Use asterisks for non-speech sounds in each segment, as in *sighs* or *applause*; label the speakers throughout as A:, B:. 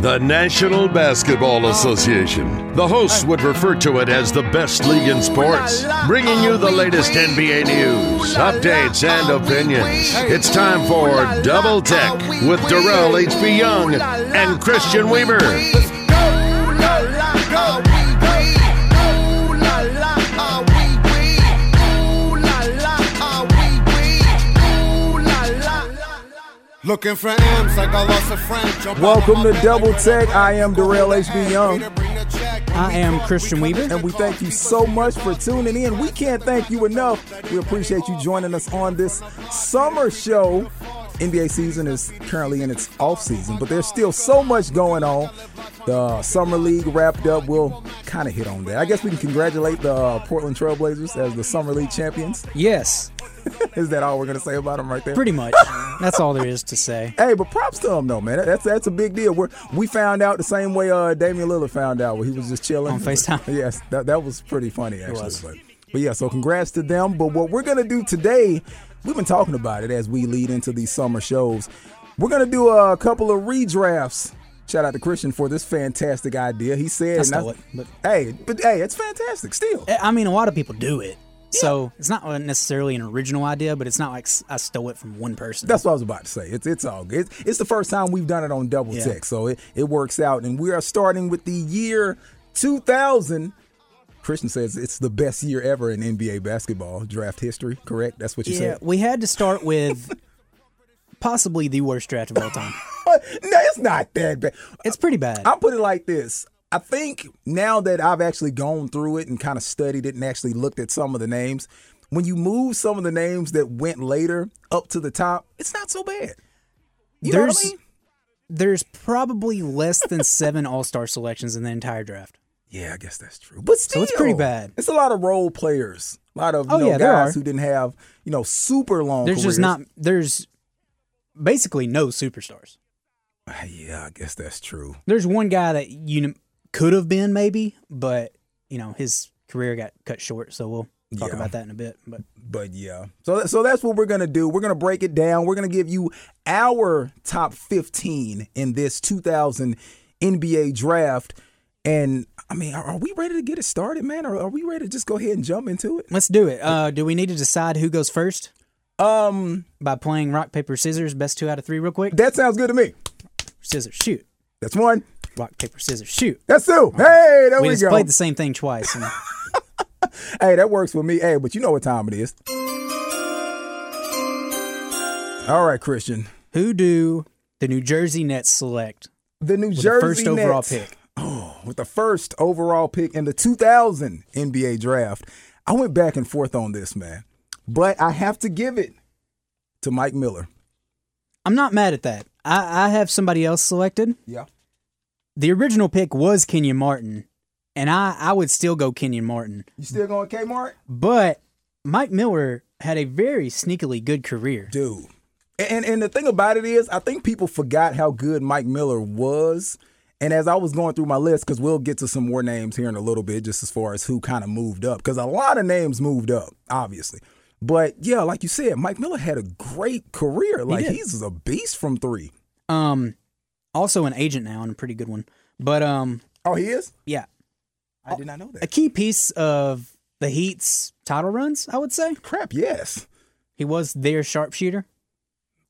A: The National Basketball Association. The hosts would refer to it as the best league in sports, bringing you the latest NBA news, updates, and opinions. It's time for Double Tech with Darrell H.B. Young and Christian Weaver.
B: Looking for M's like I lost a friend.
C: Welcome to Double Tech. I am Darrell HB Young.
D: I am Christian Weaver.
C: And we thank you so much for tuning in. We can't thank you enough. We appreciate you joining us on this summer show. NBA season is currently in its off season, but there's still so much going on. The summer league wrapped up. We'll kind of hit on that. I guess we can congratulate the uh, Portland Trailblazers as the summer league champions.
D: Yes,
C: Is that all we're gonna say about them right there?
D: pretty much. That's all there is to say.
C: Hey, but props to him though, man. That's that's a big deal. We're, we found out the same way uh, Damian Lillard found out, where he was just chilling
D: On FaceTime.
C: *laughs* Yes, that, that was pretty funny actually.
D: was.
C: But, but yeah, so congrats to them. But what we're gonna do today, we've been talking about it as we lead into these summer shows. We're gonna do a couple of redrafts. Shout out to Christian for this fantastic idea. He said,
D: I
C: and
D: stole it, but-
C: hey, but hey, it's fantastic still.
D: I I mean, a lot of people do it. So it's not uh, necessarily an original idea, but it's not like s- I stole it from one person.
C: That's what I was about to say. It's it's all good. It's, it's the first time we've done it on Double
D: Yeah.
C: Tech, so it, it works out. And we are starting with the year 2000. Christian says it's the best year ever in NBA basketball draft history. Correct? That's what you
D: yeah, we had to start with possibly the worst draft of all time.
C: said. No, it's not that bad.
D: It's pretty bad.
C: I'll put it like this. I think now that I've actually gone through it and kind of studied it and actually looked at some of the names, when you move some of the names that went later up to the top, it's not so bad. You know what I
D: There's-
C: mean?
D: There's probably less than seven All Star selections in the entire draft.
C: Yeah, I guess that's true. But still,
D: So it's pretty bad.
C: It's a lot of role players, a lot of you
D: Oh,
C: know,
D: yeah, there
C: guys
D: are.
C: who didn't have you know super long.
D: There's
C: careers.
D: just not. There's basically no superstars.
C: *sighs* Yeah, I guess that's true.
D: There's one guy that you kn- could have been maybe, but you know his career got cut short. So we'll talk
C: Yeah.
D: about that in a bit. But
C: But yeah, so that- so that's what we're gonna do. We're gonna break it down. We're gonna give you our top 15 in this 2000 NBA draft. And I mean, are, are we ready to get it started, man? Or are we ready to just go ahead and jump into it?
D: let's do it. Uh, do we need to decide who goes first
C: Um,
D: by playing rock paper scissors? Best two out of three, real quick.
C: that sounds good to me.
D: Scissors shoot.
C: That's one.
D: Rock paper scissors shoot.
C: That's two. Hey, there
D: we
C: we,
D: just
C: go.
D: played the same thing
C: *laughs*
D: twice. and
C: Hey, that works for me. Hey, but you know what time it is. All right, Christian.
D: who do the New Jersey Nets select?
C: The New
D: the
C: Jersey
D: first overall
C: Nets,
D: pick.
C: Oh, *gasps* with the first overall pick in the 2000 NBA draft. I went back and forth on this, man. But I have to give it to Mike Miller.
D: I'm not mad at that. I, I have somebody else selected.
C: Yeah.
D: The original pick was Kenyon Martin, and I, I would still go Kenyon Martin.
C: You still going Kmart?
D: But Mike Miller had a very sneakily good career.
C: Dude. And and the thing about it is, I think people forgot how good Mike Miller was. And as I was going through my list, because we'll get to some more names here in a little bit, just as far as who kind of moved up, because a lot of names moved up, obviously. But yeah, like you said, Mike Miller had a great career. Like
D: did.
C: he's a beast from three.
D: Um, also an agent now and a pretty good one. But um,
C: Oh, he is. Oh,
D: yeah,
C: I did not know
D: a key piece of the Heat's title runs, I would say,
C: Crap. Yes,
D: he was their sharpshooter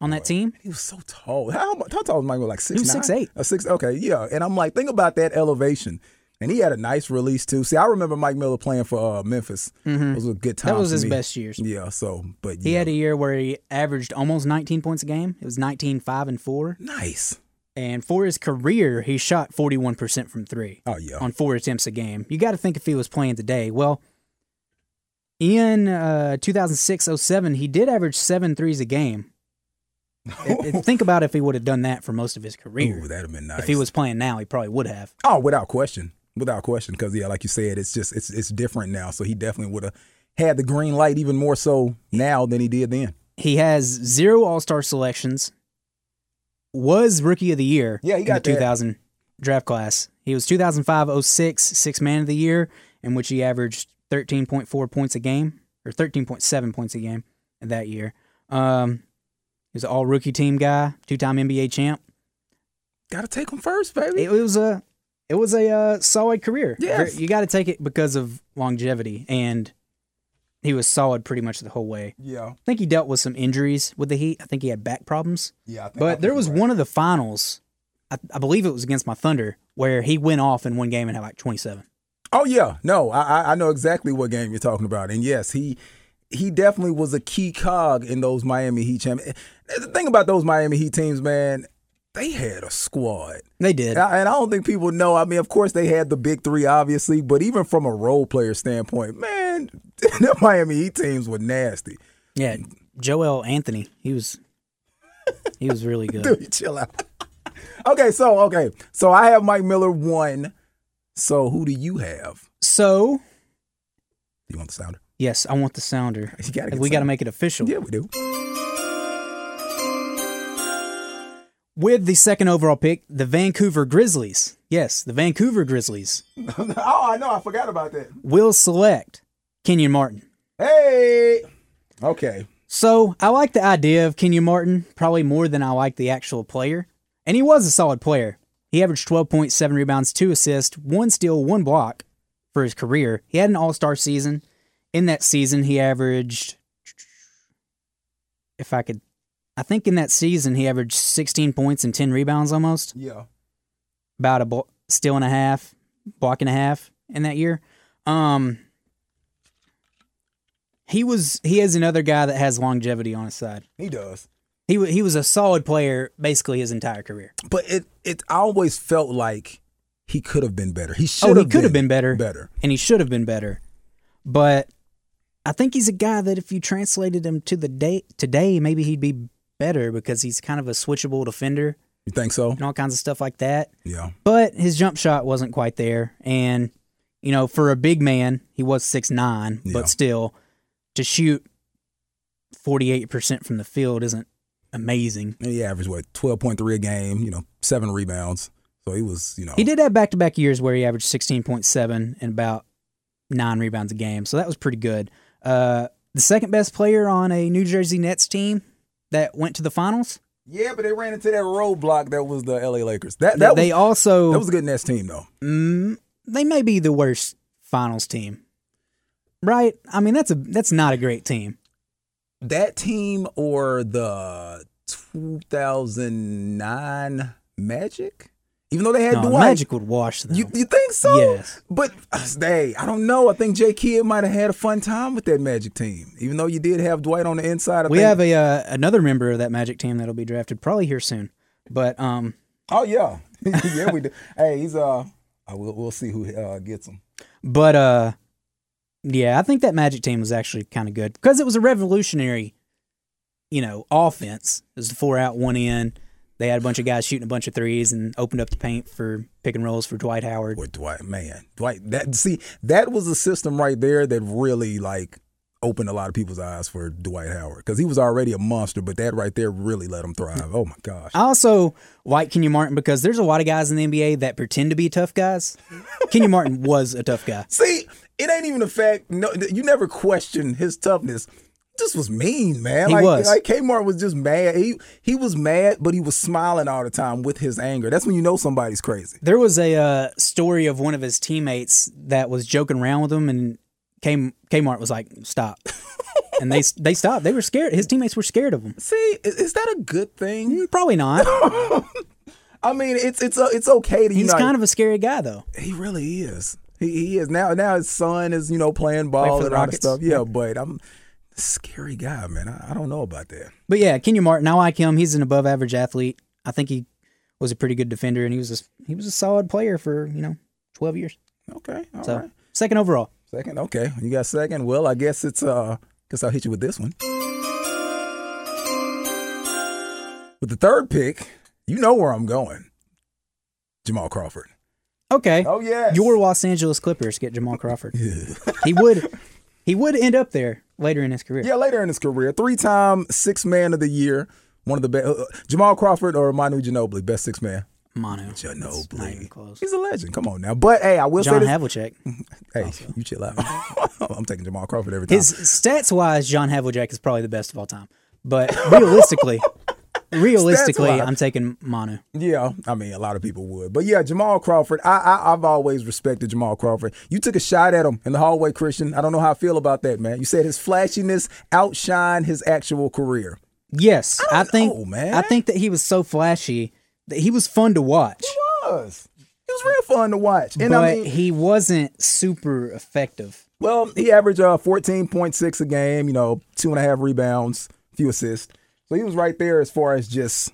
D: on that team.
C: he was so tall. How, mu- how tall was Mike Miller? Like six.
D: was 6'8".
C: A six. Okay, yeah. And I'm like, think about that elevation. And he had a nice release too. See, I remember Mike Miller playing for uh, Memphis. Those were good times.
D: Mm-hmm. That was
C: for
D: his
C: me.
D: best years.
C: Yeah, so but
D: He
C: yeah.
D: had a year where he averaged almost 19 points a game. It was 19, 5, and 4.
C: nice.
D: And for his career, he shot 41% from three.
C: Oh yeah.
D: on four attempts a game. You got to think if he was playing today. Well, in uh, 2006 07, he did average seven threes a game.
C: *laughs*
D: It- it- think about if he would have done that for most of his career.
C: Ooh, that'd have been nice.
D: If he was playing now, he probably would have.
C: Oh, without question. Without question. Cause yeah, like you said, it's just it's it's different now. So he definitely would have had the green light even more so now than he did then.
D: He has zero All Star selections, was rookie of the year.
C: Yeah, he
D: in
C: got
D: the
C: there.
D: 2000 draft class. He was 2005 06 six man of the year, in which he averaged 13.4 points a game or 13.7 points a game that year. Um, he was an all rookie team guy, two time NBA champ.
C: Gotta take him first, baby.
D: It was a it was a uh, solid career.
C: Yes.
D: you got to take it because of longevity, and he was solid pretty much the whole way.
C: yeah,
D: I think he dealt with some injuries with the Heat. I think he had back problems.
C: yeah. I think- I
D: But
C: think
D: there
C: you're
D: was
C: right.
D: one of the finals, I, I believe it was against my Thunder, where he went off in one game and had like 27.
C: Oh yeah, no, I I- I know exactly what game you're talking about, and yes, he he definitely was a key cog in those Miami Heat champ. The thing about those Miami Heat teams, man, they had a squad,
D: They did.
C: and I, and I don't think people know. I mean, of course, they had the big three, obviously, but even from a role player standpoint, man, *laughs* the Miami Heat teams were nasty.
D: yeah, Joel Anthony, he was *laughs* he was really good.
C: Dude, chill out. *laughs* okay, so okay, so I have Mike Miller one. So who do you have?
D: So
C: You want the sounder?
D: yes, I want the sounder.
C: You gotta get
D: we got to
C: some.
D: make it official.
C: Yeah, we do. *laughs*
D: With the second overall pick, the Vancouver Grizzlies. Yes, the Vancouver Grizzlies
C: oh, I know. I forgot about that.
D: will select Kenyon Martin.
C: Hey. Okay.
D: So I like the idea of Kenya Martin probably more than I like the actual player. And he was a solid player. He averaged 12.7 rebounds, two assists, one steal, one block for his career. He had an all star season. In that season, he averaged, if I could, I think in that season, he averaged 16 points and 10 rebounds almost,
C: Yeah.
D: about a blo- steal and a half, block and a half in that year. Um, he was he is another guy that has longevity on his side.
C: He does.
D: He wa- he was a solid player basically his entire career. Oh,
C: But it it I always felt like he could have been better. He should
D: Oh, he
C: have
D: could have been better,
C: Better.
D: and he should have been better. But I think he's a guy that if you translated him to the day today, maybe he'd be better because he's kind of a switchable defender
C: You think so?
D: and all kinds of stuff like that.
C: Yeah.
D: But his jump shot wasn't quite there, and you know, for a big man, he was six nine,
C: Yeah.
D: but still, to shoot forty eight percent from the field isn't amazing.
C: And he averaged what, twelve point three a game, you know, seven rebounds. So he was, you know
D: He did have back to back years where he averaged 16.7 and about nine rebounds a game. So that was pretty good. Uh, the second best player on a New Jersey Nets team that went to the finals.
C: Yeah, but they ran into that roadblock that was the LA Lakers. That
D: That
C: that
D: they
C: was,
D: also,
C: that was a good Nets team though.
D: mm, they may be the worst finals team. Right? I mean, that's a that's not a great team.
C: That team or the two thousand nine Magic? Even though they had
D: No, the
C: Dwight.
D: Magic would wash them.
C: You, you think so?
D: Yes.
C: But uh, hey, I don't know. I think Jay Kidd might have had a fun time with that Magic team, even though you did have Dwight on the inside. I
D: we
C: think,
D: have a uh, another member of that Magic team that'll be drafted probably here soon. But um,
C: Oh yeah, *laughs* yeah we do. Hey, he's uh, I will, we'll see who uh, gets him.
D: But uh yeah, I think that Magic team was actually kind of good because it was a revolutionary, you know, offense. It was the four out, one in. They had a bunch of guys shooting a bunch of threes and opened up the paint for pick and rolls for Dwight Howard.
C: Or Dwight, man, Dwight. That see, that was a system right there that really like opened a lot of people's eyes for Dwight Howard because he was already a monster, but that right there really let him thrive. Oh my gosh.
D: I also like Kenya Martin because there's a lot of guys in the NBA that pretend to be tough guys. Kenya Martin was a tough guy.
C: See, it ain't even a fact. No, you never questioned his toughness. This was mean, man.
D: He
C: like,
D: was.
C: like Kmart was just mad. He he was mad, but he was smiling all the time with his anger. That's when you know somebody's crazy.
D: There was a uh, story of one of his teammates that was joking around with him, and K- Kmart was like, "Stop," and they they stopped. They were scared. His teammates were scared of him.
C: See, is, is that a good thing?
D: Probably not.
C: *laughs* I mean, it's it's uh, it's okay to you
D: He's
C: know
D: kind of a scary guy, though.
C: he really is. He, he is now now his son is you know playing
D: for
C: ball and
D: the
C: all that
D: Rockets?
C: stuff. Yeah, but I'm scary guy, man. I, I don't know about that.
D: But yeah, Kenya Martin, I like him. He's an above average athlete. I think he was a pretty good defender, and he was a, he was a solid player for you know twelve years.
C: Okay, all right.
D: So second overall,
C: Second, okay. You got second. Well, I guess it's uh guess I'll hit you with this one. With the third pick, you know where I'm going. Jamal Crawford.
D: okay.
C: Oh, yes.
D: Your Los Angeles Clippers get
C: *laughs*
D: Jamal Crawford. he would he would end up there later in his career.
C: Yeah, later in his career. Three time six man of the year, One of the best. Uh, Jamal Crawford or Manu Ginobili, best six man.
D: Mono. It's not even
C: Ginobili.
D: close.
C: He's a legend. Come on now. But hey, I will say
D: John
C: this. Mm-hmm.
D: Havlicek.
C: hey, you chill out. *laughs* I'm taking Jamal Crawford every time.
D: His stats wise, John Havlicek is probably the best of all time.
C: *laughs*
D: But realistically, realistically,
C: Stats-wise.
D: I'm taking Manu.
C: Yeah, I mean, a lot of people would, but yeah, Jamal Crawford. I, I I've always respected Jamal Crawford. You took a shot at him in the hallway, Christian. I don't know how I feel about that, man. You said his flashiness outshined his actual career.
D: Yes, I, think.
C: know, man.
D: I think that he was so flashy that he was fun to watch,
C: Was it was real fun to watch, and
D: but
C: I mean,
D: he wasn't super effective.
C: well, he averaged uh fourteen point six a game. You know, two and a half rebounds, few assists. So he was right there as far as just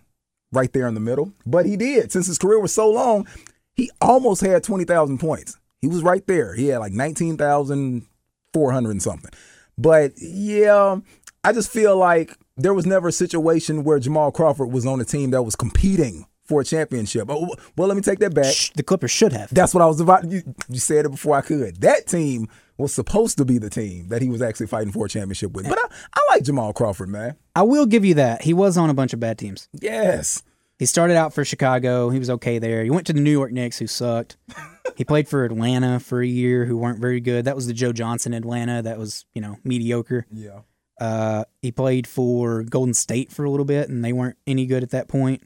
C: right there in the middle. But he did since his career was so long, he almost had twenty thousand points. He was right there. He had like nineteen thousand four hundred and something. But yeah, I just feel like there was never a situation where Jamal Crawford was on a team that was competing for a championship. Oh, well, let me take that back.
D: Sh- Uh, The Clippers should have.
C: That's what I was about. You, you said it before I could. That team was supposed to be the team that he was actually fighting for a championship with. But I, I like Jamal Crawford, man.
D: I will give you that. He was on a bunch of bad teams.
C: Yes.
D: He started out for Chicago. He was okay there. He went to the New York Knicks, who sucked.
C: *laughs*
D: he played for Atlanta for a year, who weren't very good. That was the Joe Johnson Atlanta. That was, you know, mediocre.
C: Yeah.
D: Uh, he played for Golden State for a little bit, and they weren't any good at that point.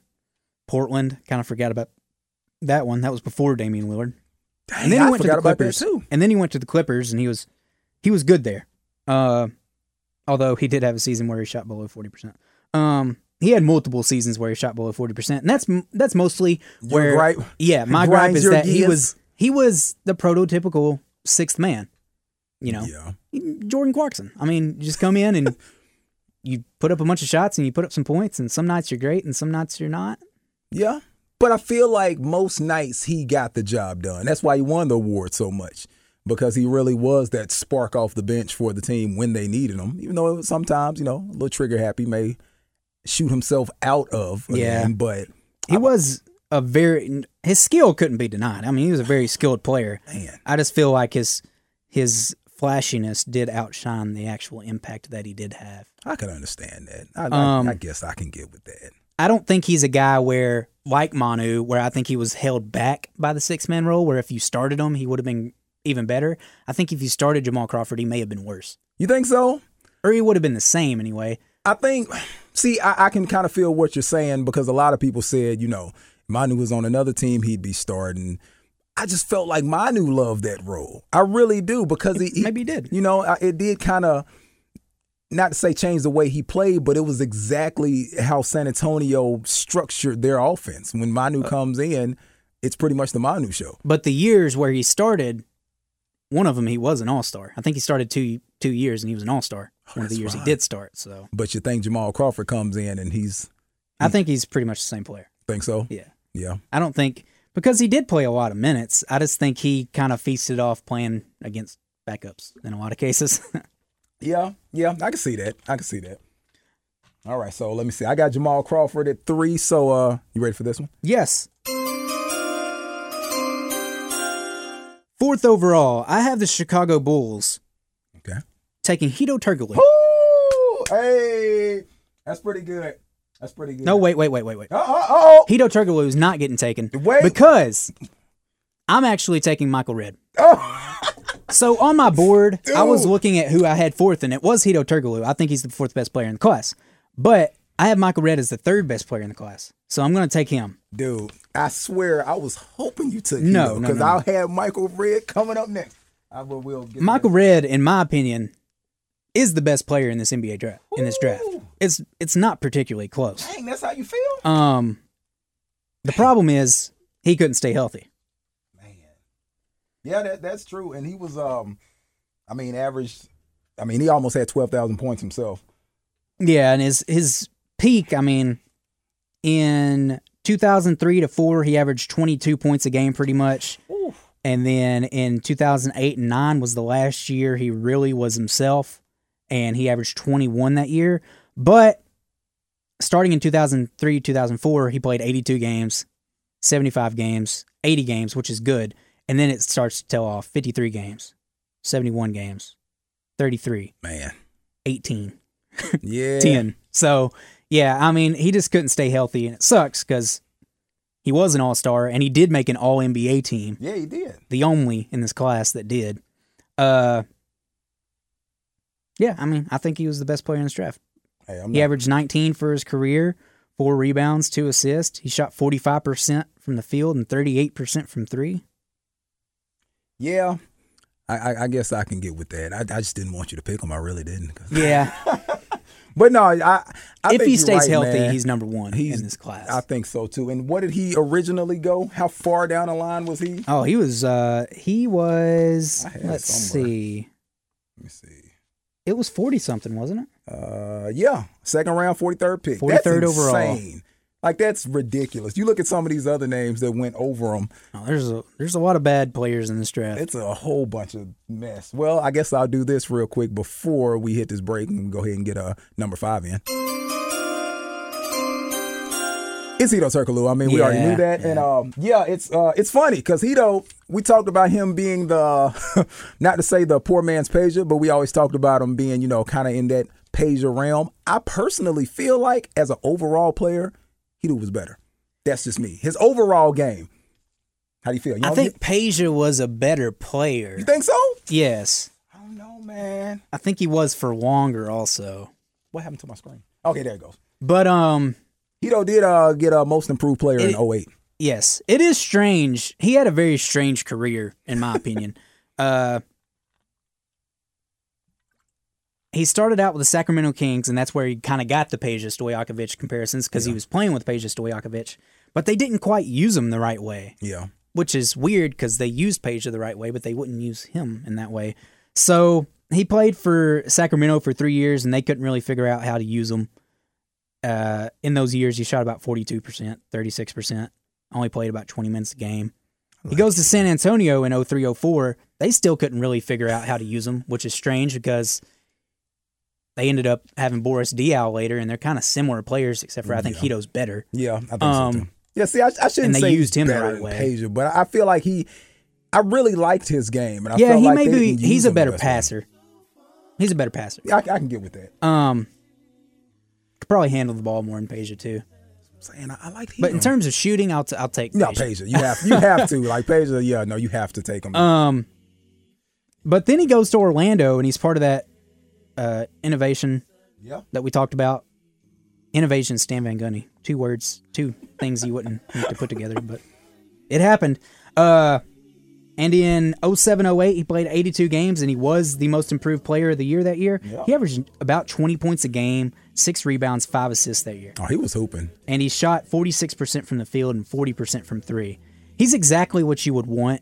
D: Portland, kind of forgot about that one. That was before Damian Lillard.
C: Dang,
D: And then
C: I
D: he went to
C: forgot
D: the
C: about
D: Clippers
C: that too.
D: And then he went to the Clippers, and he was he was good there. Uh, although he did have a season where he shot below forty percent. Um, he had multiple seasons where he shot below forty percent, and that's that's mostly
C: Your
D: where
C: gripe-
D: yeah, my
C: grinds
D: gripe is
C: your
D: that he
C: gears?
D: was he was the prototypical sixth man. You know,
C: Yeah.
D: Jordan Clarkson. I mean, you just come in
C: *laughs*
D: and you put up a bunch of shots and you put up some points, and some nights you're great and some nights you're not.
C: Yeah. But I feel like most nights he got the job done. That's why he won the award so much because he really was that spark off the bench for the team when they needed him. Even though sometimes, you know, a little trigger happy may shoot himself out of. a
D: Yeah.
C: game, but
D: He was a very his skill couldn't be denied. I mean, he was a very skilled player.
C: Man.
D: I just feel like his his flashiness did outshine the actual impact that he did have.
C: I can understand that. I,
D: Um,
C: I, I guess I can get with that.
D: I don't think he's a guy where like Manu, where I think he was held back by the six man role. Where if you started him, he would have been even better. I think if you started Jamal Crawford, he may have been worse,
C: You think so?
D: or he would have been the same anyway.
C: I think, see, I, I can kind of feel what you're saying because a lot of people said, you know, Manu was on another team, he'd be starting. I just felt like Manu loved that role. I really do because he, he
D: Maybe he did.
C: you know, I- it did kind of not to say change the way he played, but it was exactly how San Antonio structured their offense. When Manu comes in, it's pretty much the Manu show.
D: But the years where he started, one of them he was an all star. I think he started two two years and he was an all star. One of
C: Oh,
D: the
C: that's
D: years he
C: right.
D: did start. So
C: But you think Jamal Crawford comes in and he's Hmm.
D: I think he's pretty much the same player.
C: think so?
D: Yeah.
C: Yeah.
D: I don't think because he did play a lot of minutes. I just think he kind of feasted off playing against backups in a lot of cases. *laughs*
C: Yeah, yeah, I can see that. I can see that. All right, so let me see. I got Jamal Crawford at three. So, uh, you ready for this one?
D: yes. Fourth overall, I have the Chicago Bulls
C: Okay.
D: taking Hito
C: Oh!
D: Turkoglu.
C: Ooh, hey, that's pretty good. That's pretty good.
D: No, wait, wait, wait, wait, wait.
C: Uh oh, oh,
D: Hito Turkoglu is not getting taken
C: Wait.
D: because I'm actually taking Michael Red.
C: oh.
D: so on my board, I was looking at who I had fourth, and it was Hito Turkoglu. I think he's the fourth best player in the class, but I have Michael Red as the third best player in the class, so I'm going to take him.
C: dude, I swear I was hoping you took
D: No, no,
C: because
D: no,
C: I'll have Michael Red coming up next. I will, will get
D: Michael Red, in my opinion, is the best player in this NBA draft. In this draft,
C: Ooh.
D: it's it's not particularly close.
C: Dang, that's how you feel.
D: Um, the problem is he couldn't stay healthy.
C: Yeah, that, that's true. And he was, um, I mean, averaged. I mean, he almost had twelve thousand points himself.
D: Yeah, and his his peak, I mean, in 2003 to 4, he averaged 22 points a game pretty much. And then in 2008 and 9 was the last year he really was himself and he averaged 21 that year. But starting in 2003, 2004, he played 82 games, 75 games, 80 games, which is good. And then it starts to tell off 53 games, 71 games, 33, *laughs*
C: Man,
D: 18.
C: yeah,
D: 10. So Yeah, I mean, he just couldn't stay healthy, and it sucks because he was an all star and he did make an all NBA team,
C: Yeah, he did.
D: the only in this class that did. Uh, yeah, I mean, I think he was the best player in this draft.
C: Hey, I'm
D: He
C: not-
D: averaged 19 for his career, four rebounds, two assists. He shot 45% from the field and 38% from three.
C: Yeah, I, I, I guess I can get with that. I, I just didn't want you to pick him. I really didn't. 'cause-
D: Yeah.
C: But no, I. *laughs* I
D: if
C: think
D: he
C: you're
D: stays
C: right,
D: healthy,
C: man.
D: he's number one
C: He's-
D: in this class.
C: I think so too. And what did he originally go? How far down the line was he?
D: oh, he was, uh, he was,
C: I had it
D: let's
C: somewhere.
D: see.
C: Let me see.
D: It was 40 something, wasn't it?
C: Uh, yeah, second round, forty third pick,
D: 43rd
C: that's
D: overall.
C: insane. Like that's ridiculous. You look at some of these other names that went over him.
D: Oh, there's a there's a lot of bad players in this draft.
C: It's a whole bunch of mess. Well, I guess I'll do this real quick before we hit this break and go ahead and get a uh, number five in. It's Hito Turkaloo. I mean, we already
D: Yeah,
C: knew that, and um, yeah, it's uh, it's funny because Hito. We talked about him being the, *laughs* not to say the poor man's pager, but we always talked about him being, you know, kind of in that pager realm. I personally feel like as an overall player, Hito was better. That's just me. His overall game. How do you feel? You
D: I
C: don't-
D: think Peja was a better player.
C: you think so.
D: Yes.
C: I don't know, man.
D: I think he was for longer also.
C: What happened to my screen? Okay, there it goes.
D: But um
C: Hito did uh, get a most improved player
D: It-
C: in 08.
D: Yes, it is strange. He had a very strange career, in my *laughs* opinion. uh, he started out with the Sacramento Kings, and that's where he kind of got the Peja Stojakovic comparisons because he was playing with Peja Stojakovic, but they didn't quite use him the right way,
C: Yeah.
D: which is weird because they used Peja the right way, but they wouldn't use him in that way. So he played for Sacramento for three years, and they couldn't really figure out how to use him uh, in those years, he shot about 42%, 36%, only played about 20 minutes a game. He goes to San Antonio in 03 04. They still couldn't really figure out how to use him, which is strange because they ended up having Boris Diaw later, and they're kind of similar players, except for I think Hito's better.
C: Yeah, I think
D: Um,
C: so. Too. Yeah, see, I, I shouldn't
D: and they
C: say
D: used him the
C: better
D: right
C: than
D: way.
C: Peja, but I feel like he, I really liked his game. And I
D: yeah,
C: felt
D: he
C: like
D: may
C: they
D: be,
C: didn't use
D: he's a
C: him the
D: better
C: best way.
D: passer. He's a better passer.
C: Yeah, I, I can get with that.
D: Um, could probably handle the ball more than Peja, too.
C: I'm saying I, I like
D: But in
C: Hito.
D: terms of shooting, I'll, t- I'll take
C: no,
D: Peja.
C: Peja, you have you have to like Peja. Yeah, no, you have to take him.
D: Um, but then he goes to Orlando and he's part of that uh, innovation
C: yeah,
D: that we talked about. Innovation, Stan Van Gunny. Two words, two things you wouldn't need to put together, but it happened. Uh, and in 07 08, he played 82 games and he was the most improved player of the year that year.
C: Yeah.
D: He averaged about 20 points a game, six rebounds, five assists that year
C: oh, he was hooping.
D: and he shot 46% from the field and 40% from three. He's exactly what you would want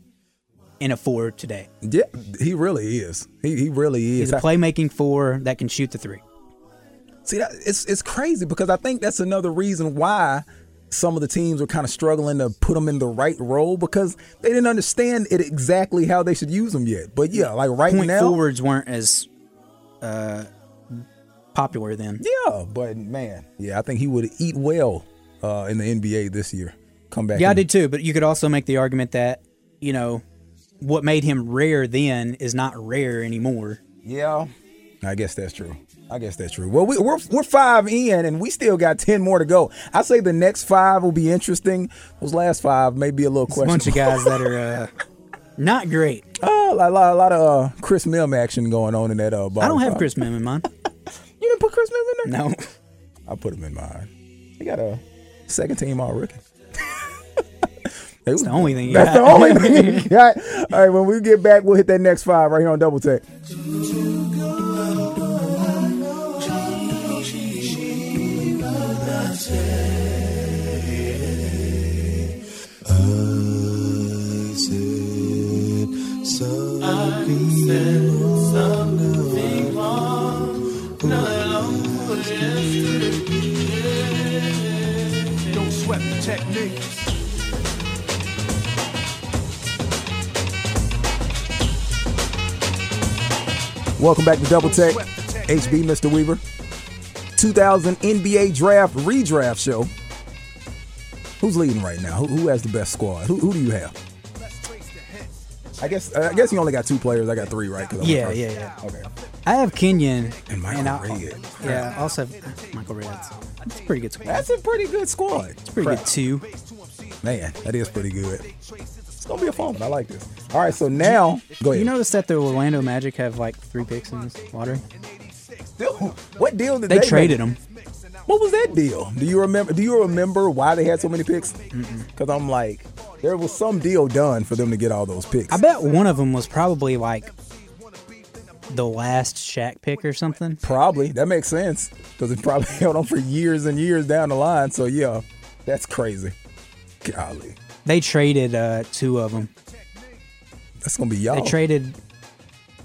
D: in a four today.
C: Yeah, he really is. He he really is.
D: He's a playmaking four that can shoot the three.
C: See, that, it's it's crazy because I think that's another reason why some of the teams were kind of struggling to put them in the right role because they didn't understand it exactly how they should use them yet. But yeah, like right
D: Point
C: now,
D: forwards weren't as uh, popular then.
C: yeah. But man, yeah, I think he would eat well uh, in the NBA this year. Come back,
D: Yeah, I
C: and-
D: did too, but you could also make the argument that, you know, what made him rare then is not rare anymore.
C: Yeah, I guess that's true. I guess that's true. Well, we, we're we're five in, and we still got ten more to go. I say the next five will be interesting. Those last five may be a little
D: It's a bunch
C: questionable.
D: of guys that are uh, not great.
C: Oh, a lot, a lot of uh, Chris Mim action going on in that uh, bottom
D: I don't have
C: five.
D: Chris Mim in *laughs* mind.
C: You didn't put Chris Mim in there?
D: No.
C: I put him in mine. He got a second team all rookie. That's
D: The only thing you
C: That's
D: got.
C: the only thing.
D: *laughs*
C: he got. All right, when we get back, we'll hit that next five right here on Double Tech.
E: Don't sweat the technique.
C: Welcome back to Double Tech. HB, Mr. Weaver. 2000 NBA Draft Redraft Show. Who's leading right now? Who, who has the best squad? Who, who do you have? uh, I guess I guess you only got two players. I got three, right? 'Cause I went
D: Yeah,
C: first.
D: yeah, yeah.
C: Okay.
D: I have Kenyon
C: And Michael
D: I-
C: Red.
D: Yeah, I also have Michael Reds. It's a pretty good squad.
C: That's a pretty good squad.
D: It's pretty good too.
C: Man, that is pretty good. It's gonna be a fun one. I like this. All right, so now go ahead.
D: You notice that the Orlando Magic have like three picks in this lottery?
C: Dude, what deal did
D: They
C: they,
D: traded them.
C: Make? What was that deal? Do you remember? Do you remember why they had so many picks? Because I'm like, there was some deal done for them to get all those picks.
D: I bet one of them was probably like the last Shaq pick or something.
C: Probably. That makes sense because it probably *laughs* held on for years and years down the line. So, yeah, that's crazy. Golly.
D: They traded uh, two of them.
C: That's going to be y'all.
D: They traded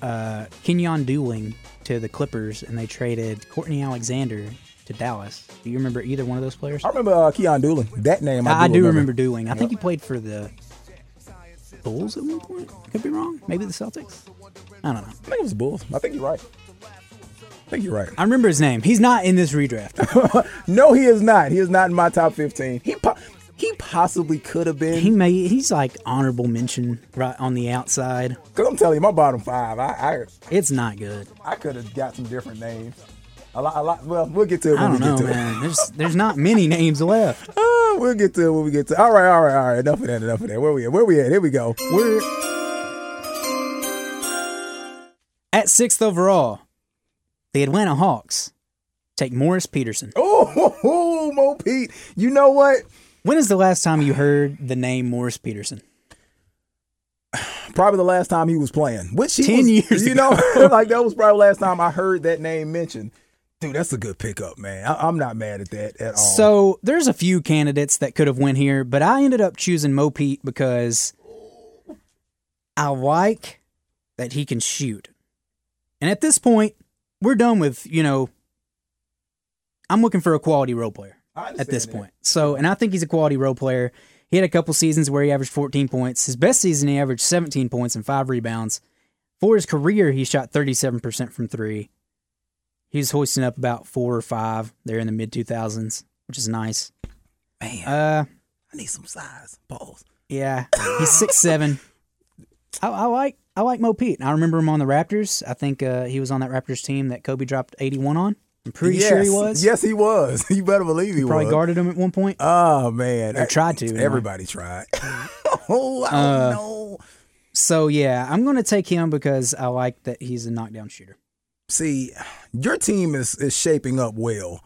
D: uh, Kenyon Dooling to the Clippers, and they traded Courtney Alexander to Dallas. Do you remember either one of those players?
C: I remember uh, Keon Doolin. That name I do,
D: I, I do remember Dooling. I think he played for the Bulls at one point. Could be wrong. Maybe the Celtics. I don't know.
C: I think it was Bulls. I think you're right. I think you're right.
D: I remember his name. He's not in this
C: *laughs*
D: redraft.
C: No, he is not. He is not in my top 15. He po- he possibly could have
D: He
C: been.
D: may. He's like honorable mention right on the outside.
C: Because I'm telling you, my bottom five, I
D: It's not good.
C: I, I could have got some different names. A lot, a lot. Well, we'll get to it when
D: I don't
C: we get
D: know,
C: to it.
D: man. There's there's not many names left.
C: Ah, we'll get to it when we get to. All right, all right, all right. Enough of that. Enough of that. Where we at? Where we at? Here we go. We're
D: At sixth overall, the Atlanta Hawks take Morris Peterson.
C: oh, *laughs* ho, ho, Mo Pete. You know what?
D: When is the last time you heard the name Morris Peterson?
C: Probably the last time he was playing, which he
D: 10
C: was-
D: years
C: You
D: ago.
C: know, *laughs* like that was probably the last time I heard that name mentioned. Dude, that's a good pickup, man. I, I'm not mad at that at all.
D: So there's a few candidates that could have went here, but I ended up choosing Mo Pete because I like that he can shoot. And at this point, we're done with, you know, I'm looking for a quality role player
C: I
D: at
C: understand
D: this
C: that.
D: point. So, and I think he's a quality role player. He had a couple seasons where he averaged 14 points. His best season, he averaged 17 points and five rebounds. For his career, he shot 37% from three. He was hoisting up about four or five there in the mid 2000s, which is nice.
C: man,
D: Uh,
C: I need some size balls.
D: yeah, he's six seven. I, I like I like Mo Pete. I remember him on the Raptors. I think uh, he was on that Raptors team that Kobe dropped eighty one on. I'm pretty
C: yes.
D: sure he was.
C: Yes, he was. *laughs* You better believe he
D: probably
C: was.
D: guarded him at one point.
C: oh man,
D: Or tried to, Uh, anyway.
C: Everybody tried. *laughs* oh, I don't know.
D: So yeah, I'm gonna take him because I like that he's a knockdown shooter.
C: see your team is is shaping up well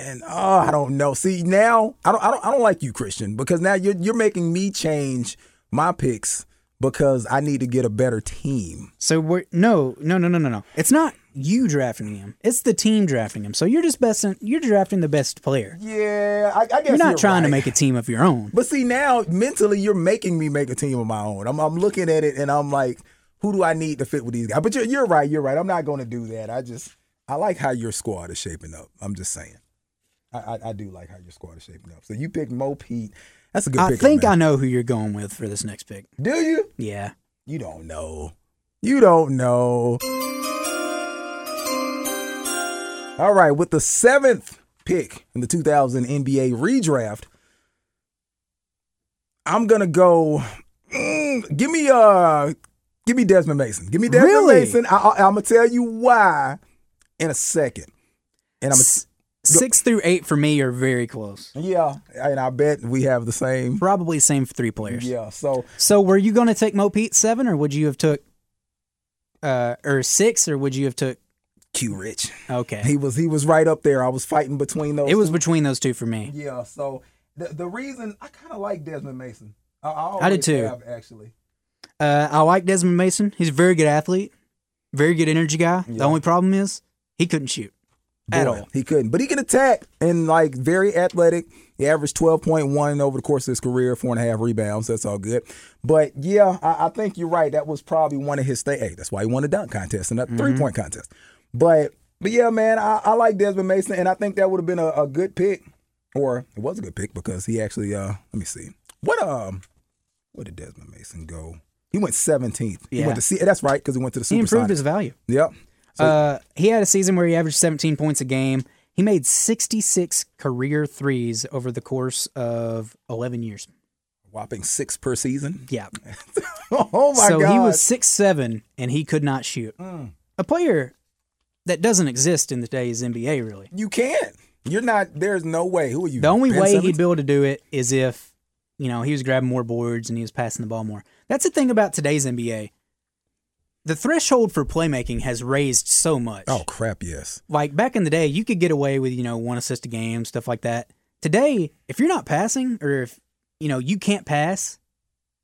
C: and oh i don't know see now i don't i don't, I don't like you christian because now you're, you're making me change my picks because i need to get a better team
D: So we're no no no no no no. It's not you drafting him. It's the team drafting him. So you're just best. You're drafting the best player.
C: yeah i, I guess
D: You're not trying to
C: right.
D: make a team of your own.
C: but see now mentally you're making me make a team of my own i'm, I'm looking at it and i'm like who do i need to fit with these guys but you're, you're right you're right i'm not going to do that i just i like how your squad is shaping up i'm just saying I, I, I do like how your squad is shaping up. So you picked Mo Pete. That's a good
D: I
C: pick.
D: think I
C: man.
D: know who you're going with for this next pick.
C: Do you?
D: Yeah.
C: You don't know. You don't know. All right, with the seventh pick in the 2000 NBA redraft, I'm gonna go. mm, give me uh, give me Desmond Mason. Give me Desmond
D: Really?
C: Mason. I, I, I'm gonna tell you why in a second. And I'm
D: S- six through eight for me are very close.
C: *laughs* yeah, and I bet we have the same.
D: Probably same for three players.
C: Yeah, so
D: So were you going to take Mo Pete seven, or would you have took, uh, or six, or would you have took?
C: Q Rich. He
D: Okay,
C: was he was right up there. I was fighting between those.
D: it was
C: two.
D: between those two for me.
C: Yeah, so the the reason I kind of like Desmond Mason. I, I,
D: I did
C: always
D: too.
C: Have, actually,
D: Uh, I like Desmond Mason. He's a very good athlete, very good energy guy. The only problem is he couldn't shoot at
C: Boy,
D: all.
C: he couldn't, but he can attack and like very athletic. He averaged twelve point one over the course of his career, four and a half rebounds. That's all good. But yeah, I, I think you're right. That was probably one of his stay. Hey, that's why he won the dunk contest and that
D: Mm-hmm.
C: three point contest. But but yeah, man, I, I like Desmond Mason, and I think that would have been a, a good pick, or it was a good pick because he actually. uh Let me see what um where did Desmond Mason go? He went 17th. He
D: Yeah.
C: went to see. That's right, because he went to the
D: He
C: Super
D: improved his value.
C: Yep.
D: uh, he had a season where he averaged 17 points a game. He made 66 career threes over the course of 11 years.
C: Whopping six per season.
D: Yeah.
C: *laughs* oh my Hmm.
D: so
C: god.
D: he was six seven and he could not shoot. A player that doesn't exist in today's NBA, really.
C: You can't. You're not. There's no way. Who are you?
D: The only
C: Ben
D: way
C: Simmons?
D: he'd be able to do it is if, you know, he was grabbing more boards and he was passing the ball more. That's the thing about today's NBA. The threshold for playmaking has raised so much.
C: Oh crap! Yes.
D: Like back in the day, you could get away with, you know, one assist a game, stuff like that. Today, if you're not passing or if, you know, you can't pass,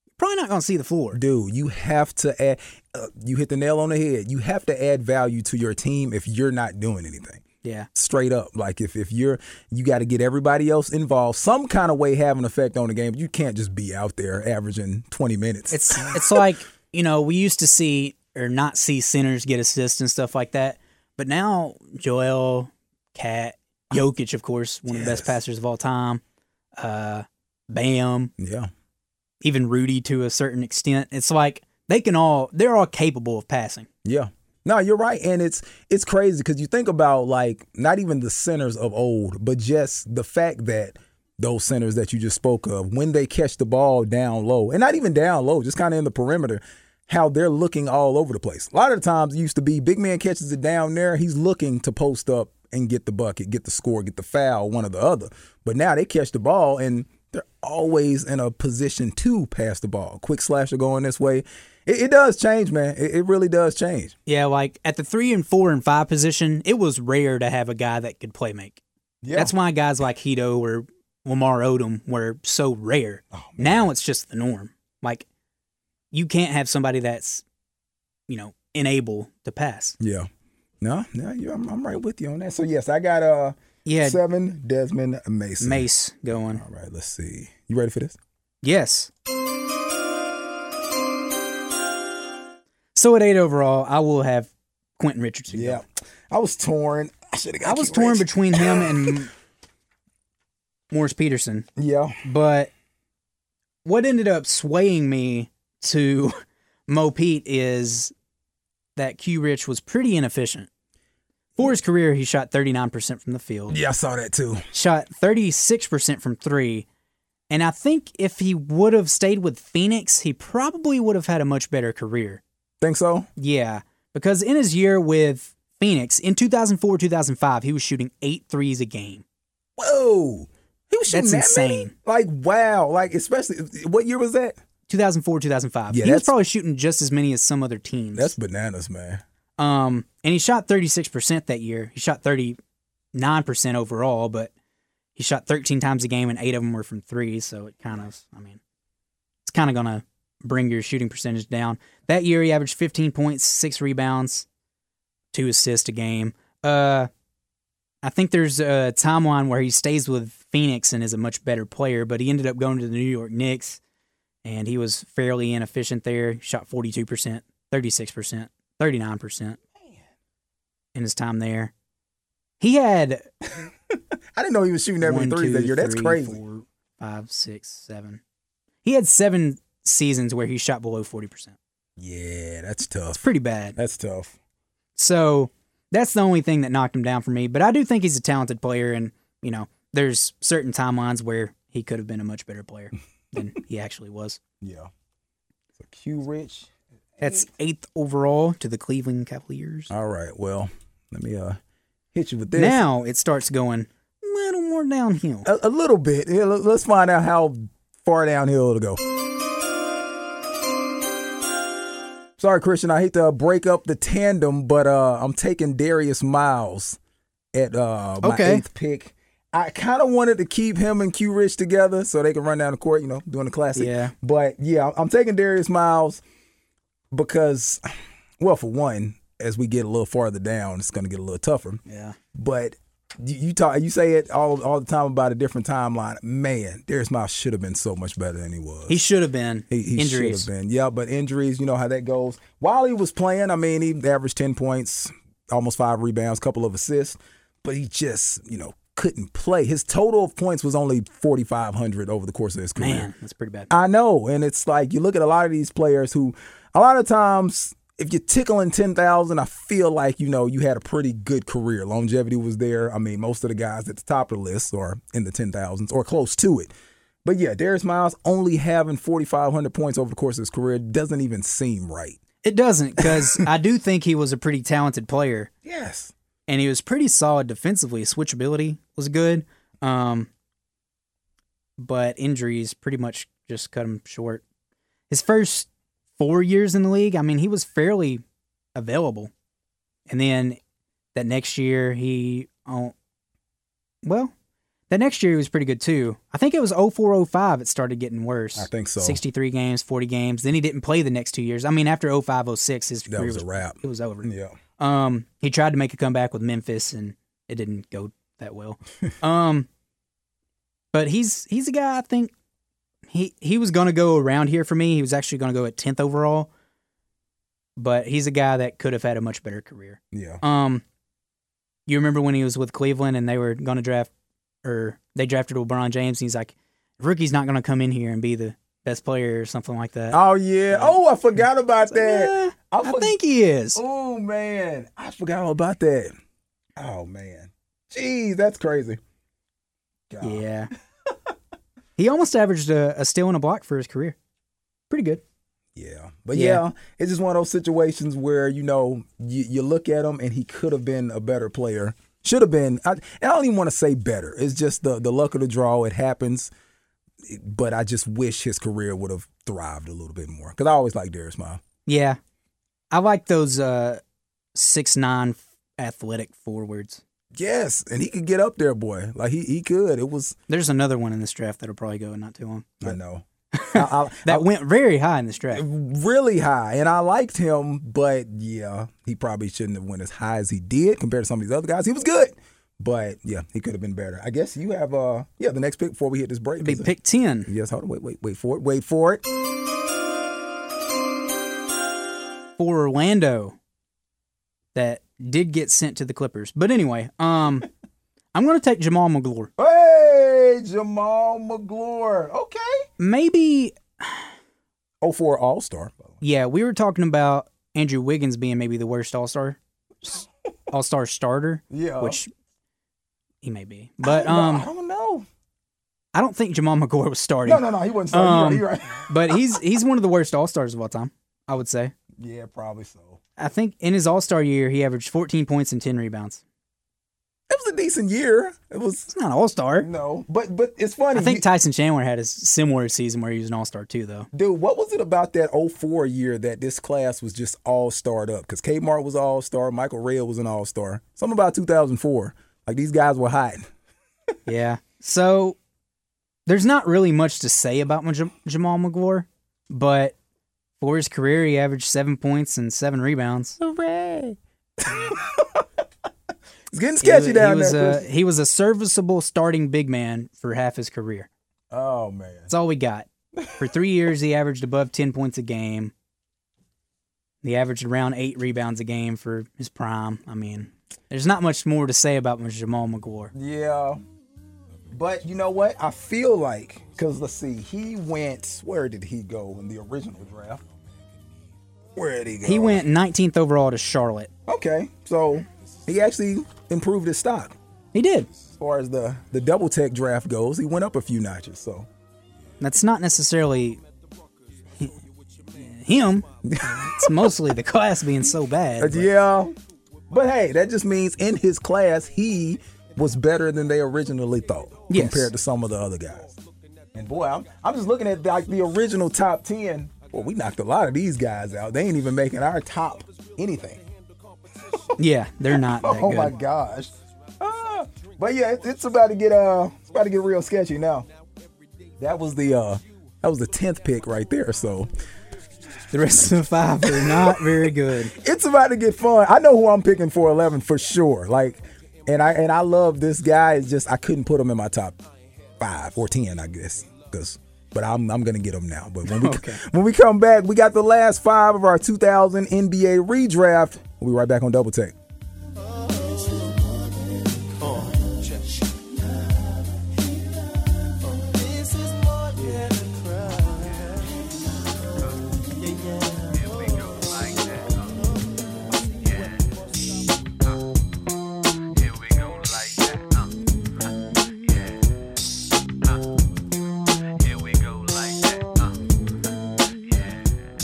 D: you're probably not going to see the floor.
C: Dude, you have to add. Uh, you hit the nail on the head. You have to add value to your team if you're not doing anything.
D: Yeah.
C: Straight up, like if if you're you got to get everybody else involved some kind of way have an effect on the game. You can't just be out there averaging 20 minutes.
D: It's it's like you know we used to see or not see centers get assists and stuff like that, but now Joel, Cat, Jokic, of course, one of the best passers of all time, uh, Bam,
C: yeah.
D: even Rudy to a certain extent. It's like they can all they're all capable of passing.
C: Yeah. No, you're right, and it's it's crazy because you think about like not even the centers of old, but just the fact that those centers that you just spoke of, when they catch the ball down low, and not even down low, just kind of in the perimeter, how they're looking all over the place. A lot of the times it used to be big man catches it down there, he's looking to post up and get the bucket, get the score, get the foul, one or the other. But now they catch the ball and they're always in a position to pass the ball. Quick slasher going this way. It, it does change, man. It, it really does change.
D: Yeah, like at the three and four and five position, it was rare to have a guy that could play make.
C: Yeah.
D: That's why guys like Hedo or Lamar Odom were so rare.
C: Oh,
D: now it's just the norm. Like you can't have somebody that's, you know, unable to pass.
C: Yeah. No, no, you, I'm, I'm right with you on that. So yes, I got uh
D: Yeah,
C: seven Desmond Mason.
D: Mace going.
C: All right, let's see. You ready for this?
D: Yes. So at eight overall, I will have Quentin Richardson.
C: Yeah. I was torn. I should have
D: I
C: got.
D: was
C: Keith
D: torn
C: Rich.
D: between him and Morris Peterson.
C: Yeah.
D: But what ended up swaying me to *laughs* Mo Pete is that Q Rich was pretty inefficient. For his career, he shot 39% from the field,
C: Yeah, I saw that too.
D: shot 36% from three. And I think if he would have stayed with Phoenix, he probably would have had a much better career.
C: Think so?
D: Yeah, because in his year with Phoenix in 2004 2005, he was shooting eight threes a game.
C: Whoa. He was shooting
D: That's
C: that
D: insane.
C: Many? Like wow. Like especially what year was that?
D: 2004 2005.
C: Yeah,
D: he was
C: that's-
D: probably shooting just as many as some other teams.
C: That's bananas, man.
D: Um, and he shot 36% that year. He shot 39% overall, but he shot 13 times a game and eight of them were from three. So it kind of, I mean, it's kind of going to bring your shooting percentage down. That year, he averaged 15 points, six rebounds, two assists a game. Uh, I think there's a timeline where he stays with Phoenix and is a much better player, but he ended up going to the New York Knicks and he was fairly inefficient there. He Shot 42%, 36%, 39% in his time there. He had
C: I didn't know he was shooting that many
D: one,
C: threes that
D: two,
C: year. That's
D: three,
C: crazy.
D: four, five, six, seven. He had seven seasons where he shot below 40%.
C: Yeah, that's tough.
D: Pretty bad.
C: That's tough.
D: So that's the only thing that knocked him down for me. But I do think he's a talented player, and you know, there's certain timelines where he could have been a much
C: *laughs*
D: better player than he actually was.
C: Yeah. So Q Rich.
D: That's eighth overall to the Cleveland Cavaliers.
C: All right. Well, let me uh hit you with this. Oh.
D: Now it starts going a little more downhill.
C: A, a little bit. Yeah, let- let's find out how far downhill it'll go. Sorry, Christian. I hate to uh, break up the tandem, but uh, I'm taking Darius Miles at uh, my
D: Okay.
C: eighth pick. I kind of wanted to keep him and Q Rich together so they can run down the court, you know, doing the classic.
D: Yeah.
C: But yeah, I'm taking Darius Miles because, well, for one, as we get a little farther down, it's going to get a little tougher
D: Yeah.
C: but you, you talk you say it all all the time about a different timeline. Man, Darius Miles should have been so much better than he was.
D: He should have been.
C: He, he
D: Injuries.
C: should have been. Yeah, but injuries, you know how that goes. While he was playing, I mean, he averaged 10 points, almost five rebounds, couple of assists, but he just, you know, couldn't play. His total of points was only 4,500 over the course of his career.
D: Man, that's pretty bad.
C: I know. And it's like you look at a lot of these players who, a lot of times, if you're tickling 10,000, I feel like, you know, you had a pretty good career. Longevity was there. I mean, most of the guys at the top of the list are in the 10,000s or close to it. But yeah, Darius Miles only having 4,500 points over the course of his career doesn't even seem right.
D: It doesn't *laughs* because I do think he was a pretty talented player
C: Yes.
D: and he was pretty solid defensively. Switchability was good, um, but injuries pretty much just cut him short. His first four years in the league, I mean, he was fairly available, and then that next year he, oh, well, that next year he was pretty good too. I think it was 0405 it started getting worse.
C: I think so.
D: 63 games, 40 games. Then he didn't play the next two years. I mean, after 0506, his
C: That
D: career
C: was a
D: was
C: wrap.
D: it was over.
C: Yeah.
D: Um, he tried to make a comeback with Memphis, and it didn't go
C: *laughs*
D: that well. um, but he's he's a guy I think he he was gonna go around here for me. He was actually gonna go at tenth overall, but he's a guy that could have had a much better career.
C: Yeah.
D: Um, you remember when he was with Cleveland and they were gonna draft or they drafted LeBron James, and he's like, rookie's not gonna come in here and be the best player or something like that.
C: Oh yeah. Oh, I forgot about that.
D: Eh, I
C: for-
D: think he is.
C: Oh man, I forgot all about that. Oh man, jeez, that's crazy. God.
D: Yeah.
C: *laughs*
D: he almost averaged a, a steal and a block for his career. Pretty good.
C: Yeah. But yeah.
D: Yeah.
C: it's just one of those situations where, you know, you, you look at him and he could have been a better player. Should have been. I, and I don't even want to say better. It's just the, the luck of the draw. It happens. It- But I just wish his career would have thrived a little bit more. Because I always like Darius Mile.
D: Yeah. I like those uh six nine athletic forwards.
C: Yes. And he could get up there, boy. Like he, he could. It was,
D: There's another one in this draft that'll probably go not too long.
C: I know. I, I,
D: *laughs* That went very high in this draft.
C: really high, and I liked him, but yeah, he probably shouldn't have went as high as he did compared to some of these other guys. He was good, but yeah, he could have been better. I guess you have uh yeah the next pick before we hit this break.
D: Be
C: is it-
D: pick ten.
C: Yes, hold on, wait, wait, wait for it, wait for it.
D: for Orlando that did get sent to the Clippers. But anyway, um I'm gonna take Jamal McGlure.
C: Hey, Jamal McGlure. Okay.
D: Maybe
C: Oh, for All Star.
D: Yeah, we were talking about Andrew Wiggins being maybe the worst All Star, All Star starter,
C: Yeah.
D: which he may be, but
C: I
D: um,
C: don't know.
D: I don't think Jamal McGuire was starting.
C: No, no, no. He wasn't. Sorry.
D: Um,
C: You're right. *laughs*
D: But he's he's one of the worst All Stars of all time, I would say.
C: yeah, probably so.
D: I think in his All Star year, he averaged 14 points and 10 rebounds.
C: It was a decent year. It was
D: It's not All Star.
C: no, but but it's funny.
D: I think
C: you-
D: Tyson Chandler had a similar season where he was an All Star too, though.
C: Dude, what was it about that 04 year that this class was just all starred up? Because Kmart was all star, Michael Rail was an all star. Something about 2004. Like these guys were hot.
D: Yeah. So there's not really much to say about Jam- Jamal McGuire, but for his career, he averaged seven points and seven rebounds.
C: It's getting sketchy
D: he,
C: down
D: he was uh,
C: there.
D: A,
C: Chris.
D: he was a serviceable starting big man for half his career.
C: oh, man.
D: That's all we got. For three years, he averaged above 10 points a game. He averaged around eight rebounds a game for his prime. I mean, there's not much more to say about Jamal McGuire.
C: Yeah. But you know what? I feel like, because let's see, he went, where did he go in the original draft? Where did he go?
D: He went 19th overall to Charlotte.
C: Okay. So he actually improved his stock.
D: He did.
C: As far as the, the double tech draft goes, he went up a few notches. So.
D: That's not necessarily hi- him. It's mostly the class being so bad. but-
C: Uh, Yeah. But hey, that just means in his class, he was better than they originally thought
D: Yes.
C: compared to some of the other guys. And boy, I'm, I'm just looking at like the original top 10. Well, we knocked a lot of these guys out. They ain't even making our top anything.
D: Yeah, they're not that
C: Oh
D: good.
C: my gosh. Ah, but yeah, it, it's about to get uh it's about to get real sketchy now. That was the uh that was the 10th pick right there, so
D: The rest of the five are not very good.
C: it's about to get fun. I know who I'm picking for 11 for sure. Like, and I and I love this guy. It's just I couldn't put him in my top five or ten, I guess. Because, but I'm I'm gonna get him now. But when we when we come back, we got the last five of our 2000 NBA redraft. We'll be right back on Double Take.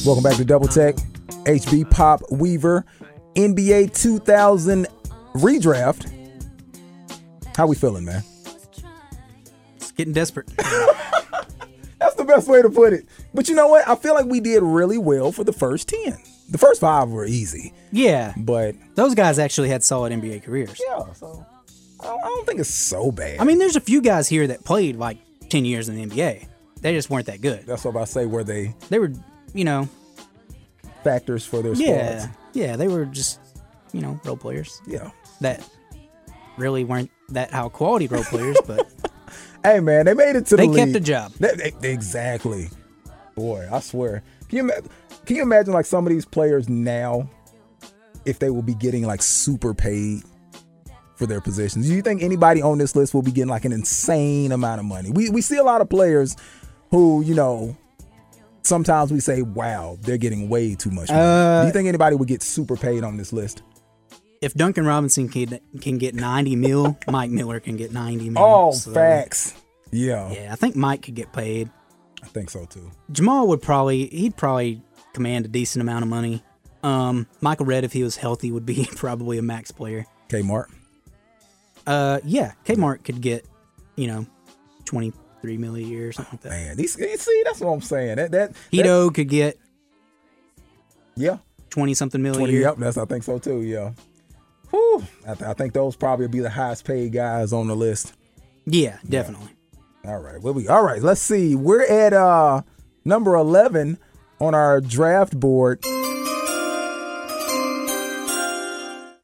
C: Welcome back to Double Tech. HB Pop Weaver, NBA 2000 redraft. How we feeling, man?
D: It's getting desperate.
C: That's the best way to put it. But you know what? I feel like we did really well for the first 10. The first five were easy,
D: yeah,
C: but
D: those guys actually had solid NBA careers.
C: yeah, so I don't, I don't think it's so bad.
D: I mean, there's a few guys here that played like 10 years in the NBA. They just weren't that good.
C: That's what I say. Were they
D: They were, you know,
C: factors for their
D: yeah,
C: squads?
D: yeah, they were just, you know, role players
C: Yeah.
D: that really weren't that high quality role players, but
C: Hey man, they made it to
D: They
C: the
D: kept
C: league.
D: the job.
C: They- they- exactly. Boy, I swear. Can you ima- can you imagine like some of these players now if they will be getting like super paid for their positions? Do you think anybody on this list will be getting like an insane amount of money? We we see a lot of players who, you know, sometimes we say, "Wow, they're getting way too much money."
D: Uh,
C: Do you think anybody would get super paid on this list?
D: if Duncan Robinson can, can get 90 mil, Mike Miller can get 90 mil.
C: Oh,
D: So,
C: facts. Yeah,
D: Yeah, I think Mike could get paid.
C: I think so too.
D: Jamal would probably he'd probably command a decent amount of money. Um, Michael Red, if he was healthy, would be *laughs* probably a max player.
C: Okay, Mark.
D: Uh, yeah, Kmart could get, you know, twenty three mil a year or something like that.
C: Man, these see, that's what I'm saying. That that that-
D: Hito could get
C: Yeah,
D: twenty something mil a
C: twenty.
D: year.
C: Yep, that's I think so too. Yeah. Whew. I, th- I think those probably be the highest paid guys on the list.
D: Yeah, definitely.
C: All right, where we? All right, let's see. We're at uh number eleven on our draft board.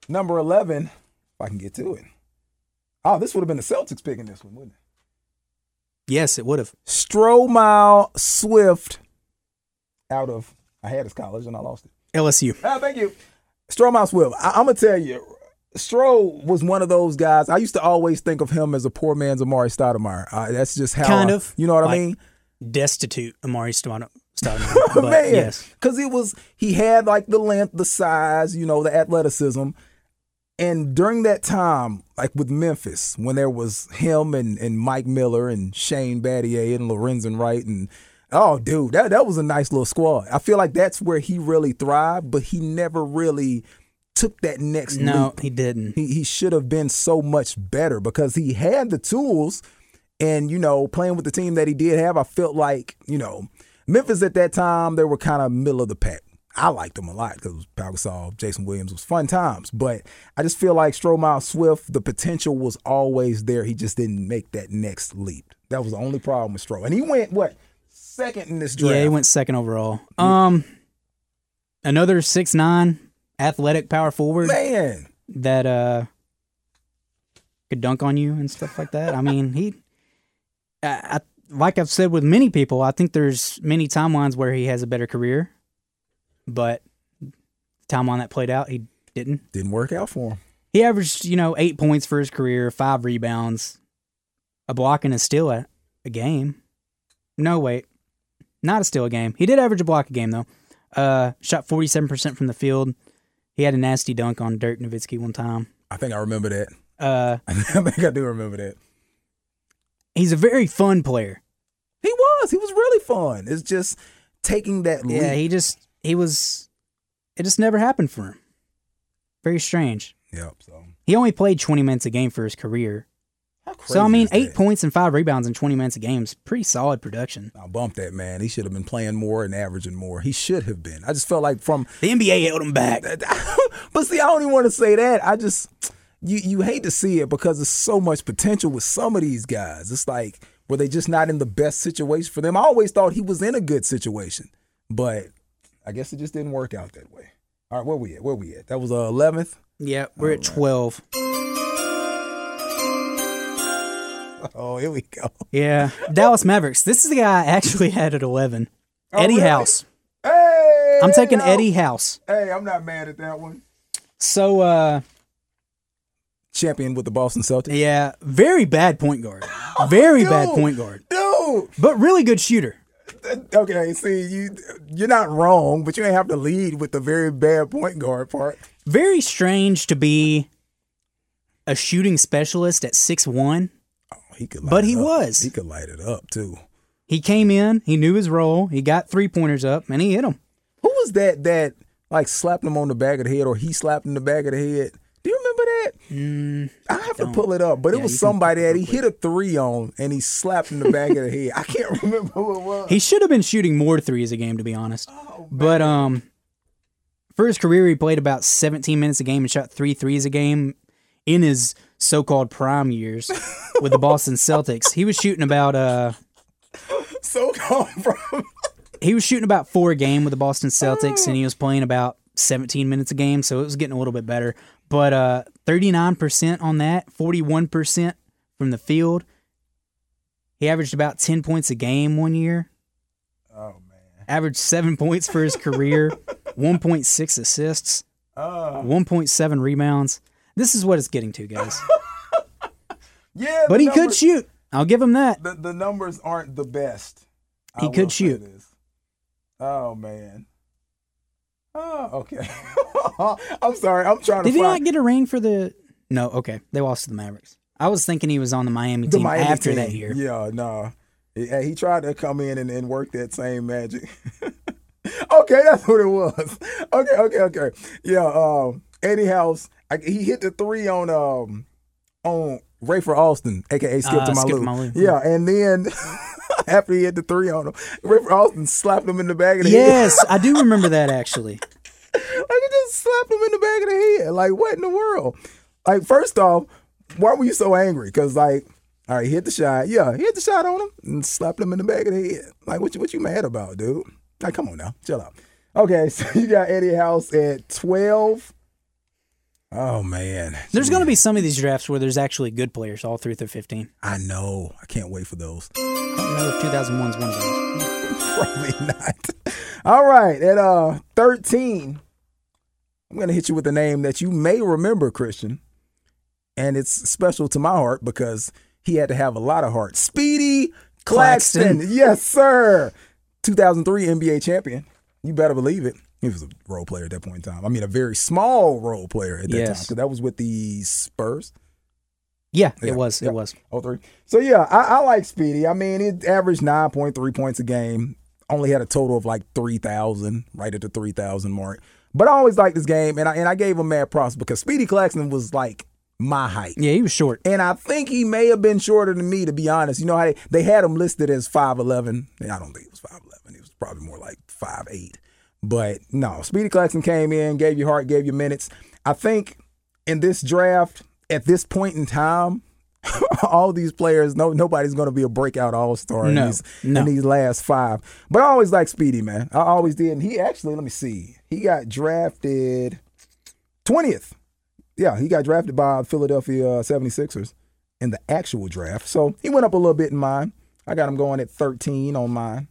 C: Number eleven, if I can get to it. Oh, this would have been the Celtics picking this one, wouldn't it?
D: Yes, it would have.
C: Stromile Swift out of I had his college and I lost it.
D: LSU.
C: Ah, thank you. Stroh Swift. I- I'm gonna tell you, Stroh was one of those guys. I used to always think of him as a poor man's Amari Stoudemire. Uh, that's just how
D: Kind
C: I-
D: of.
C: You know what I
D: Like,
C: mean?
D: Destitute Amari Stoudemire.
C: *laughs*
D: Stoudemire, *laughs* but
C: Oh, Man,
D: yes,
C: because it was he had like the length, the size, you know, the athleticism. And during that time, like with Memphis, when there was him and, and Mike Miller and Shane Battier and Lorenzen Wright and oh dude, that that was a nice little squad. I feel like that's where he really thrived, but he never really took that next
D: no,
C: leap
D: he didn't.
C: he, he should have been so much better because he had the tools and you know playing with the team that he did have i felt like you know memphis at that time they were kind of middle of the pack i liked them a lot because Pau Gasol, jason williams it was fun times but i just feel like stromile swift the potential was always there he just didn't make that next leap that was the only problem with Stro. and he went what second in this draft
D: Yeah, he went second overall. Um, another six nine athletic power forward.
C: man
D: that uh could dunk on you and stuff like that. I mean, he, I, I, like I've said with many people, I think there's many timelines where he has a better career, but the timeline that played out, he didn't.
C: didn't work out for him
D: He averaged, you know, eight points for his career, five rebounds, a block and a steal a, a game. No, wait, not a steal a game. He did average a block a game though. Uh, shot forty seven percent from the field. He had a nasty dunk on Dirk Nowitzki one time.
C: i think i remember that *laughs*
D: Uh,
C: i think i do remember that
D: he's a very fun player.
C: He was. He was really fun. It's just taking that leap.
D: Yeah, he just he was it just never happened for him. Very strange.
C: yep. So
D: He only played 20 minutes a game for his career.
C: How crazy
D: so I mean,
C: is
D: 8
C: that?
D: points and 5 rebounds in 20 minutes a game is pretty solid production.
C: I bumped that man. He should have been playing more and averaging more. He should have been. I just felt like from.
D: The NBA held him back.
C: *laughs* but see, I don't even want to say that. I just you you hate to see it because there's so much potential with some of these guys. It's like were they just not in the best situation for them? I always thought he was in a good situation, but I guess it just didn't work out that way. All right, where we at? Where we at? That was uh, 11th.
D: Yeah, we're at 12.
C: *laughs* Oh, here we go.
D: Yeah. Dallas Mavericks. This is the guy I actually *laughs* had at 11. Eddie
C: really?
D: House.
C: Hey,
D: I'm taking
C: no.
D: Oh, Eddie House.
C: Hey, I'm not mad at that one.
D: So uh
C: Champion with the Boston Celtics.
D: yeah, very bad point *laughs* guard. Very bad
C: Dude.
D: point guard.
C: Dude,
D: But really good shooter.
C: okay, see you. You're not wrong, but you ain't have to lead with the very bad point guard part.
D: very strange to be a shooting specialist at six one.
C: Oh, he could, light
D: But
C: it
D: he
C: up.
D: was.
C: He could light it up too.
D: He came in, he knew his role, he got three pointers up, and he hit them.
C: Who was that? That like slapping him on the back of the head or he slapped him in the back of the head. Do you remember that? I have to pull it up, but it
D: Mm, Yeah,
C: was
D: you can
C: somebody
D: pull it
C: that
D: up
C: he hit a three on and he slapped him in the back of the head. I can't *laughs* remember who it was.
D: He should have been shooting more threes a game, to be honest. but um, for his career, he played about 17 minutes a game and shot three threes a game in his so-called prime years with the Boston Celtics. He was shooting about uh,
C: So gone from *laughs*
D: he was shooting about four a game with the Boston Celtics, and he was playing about 17 minutes a game, so it was getting a little bit better. But uh, 39% on that, 41% from the field. He averaged about 10 points a game one year. Oh man! Averaged seven points for his *laughs* career, 1.6 assists, Uh. 1.7 rebounds. This is what it's getting to, *laughs* guys.
C: yeah,
D: But
C: the
D: he could
C: numbers-
D: shoot. I'll give him that.
C: The, the numbers aren't the best.
D: He
C: will
D: could
C: say
D: shoot.
C: this. Oh man. Oh okay. *laughs* I'm sorry. I'm trying
D: Did
C: to
D: he
C: find
D: not get a ring for the? No, okay, they lost to the Mavericks. I was thinking he was on the Miami
C: the
D: team
C: Miami
D: after
C: team. *laughs*
D: that year.
C: Yeah, no. Yeah, he tried to come in and, and work that same magic. *laughs* okay, that's what it was. *laughs* Okay, okay, okay. Yeah, um, Eddie House. I, he hit the three on um on Rayford Austin, aka Skip
D: Uh,
C: to my
D: Skip to
C: Lou.
D: my Lou.
C: Yeah, and then *laughs* after he hit the three on him, Rayford Austin slapped him in the back of the head.
D: Yes, I do remember that actually.
C: Like you just slapped him in the back of the head. Like what in the world? Like first off, why were you so angry? Because like, all right, he hit the shot. Yeah, he hit the shot on him and slapped him in the back of the head. Like what you what you mad about, dude? Like come on now, chill out. Okay, *laughs* so you got Eddie House at twelve. Oh man,
D: There's going to be some of these drafts where there's actually good players all through through 15.
C: I know. I can't wait for those.
D: I don't know if 2001's one
C: *laughs*
D: of those.
C: Probably not. All right, at uh thirteen, I'm gonna hit you with a name that you may remember, Christian, and it's special to my heart because he had to have a lot of heart. Speedy Claxton,
D: Claxton.
C: yes sir, 2003 NBA champion. You better believe it. He was a role player at that point in time. I mean, a very small role player at that time
D: Yes.
C: because that was with the Spurs.
D: Yeah,
C: Yeah,
D: it was.
C: yeah.
D: It was.
C: Oh three. So yeah, I, I like Speedy. I mean, it averaged nine point three points a game. Only had a total of like three thousand, right at the three thousand mark. But I always liked this game, and I and I gave him mad props because Speedy Claxton was like my height,
D: Yeah, he was short.
C: and I think he may have been shorter than me to be honest. You know how they, they had him listed as five eleven, and I don't think it was five eleven. It was probably more like five eight. But no, Speedy Claxton came in, gave you heart, gave you minutes. I think in this draft, at this point in time, *laughs* all these players, no nobody's going to be a breakout all star in,
D: No,
C: these,
D: no.
C: in these last five. But I always like Speedy, man. I always did. And he actually, let me see, he got drafted 20th. Yeah, he got drafted by Philadelphia uh, 76ers in the actual draft. So he went up a little bit in mine. I got him going at 13 on mine.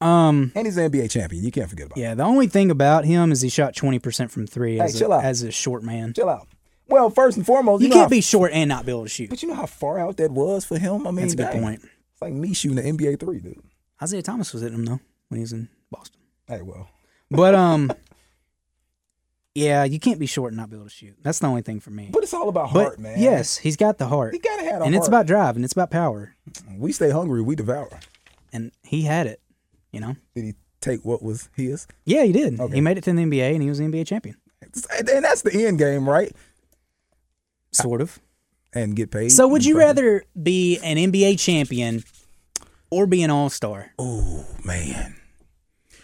D: Um,
C: And he's an NBA champion. You can't forget about
D: yeah, the only thing about him is he shot 20% from three
C: Hey,
D: as,
C: chill
D: a,
C: out.
D: as a short man.
C: Chill out. Well, first and foremost, you,
D: You
C: know
D: can't
C: how-
D: be short and not be able to shoot.
C: But you know how far out that was for him? I mean,
D: That's a good
C: dang,
D: point.
C: It's like me shooting an NBA three, dude.
D: Isaiah Thomas was hitting him, though, when he was in Boston.
C: Hey, well,
D: But, um, yeah, you can't be short and not be able to shoot. That's the only thing for me.
C: but it's all about
D: But
C: heart, man.
D: yes, he's got the heart.
C: he gotta have a
D: and it's
C: heart.
D: about drive and it's about power.
C: we stay hungry, we devour.
D: And he had it, you know?
C: Did he take what was his?
D: Yeah, he did.
C: Okay.
D: He made it to the NBA and he was the NBA champion.
C: And and that's the end game, right?
D: Sort of.
C: And get paid.
D: So would you
C: Fucking-
D: rather be an NBA champion or be an all star?
C: Oh, man.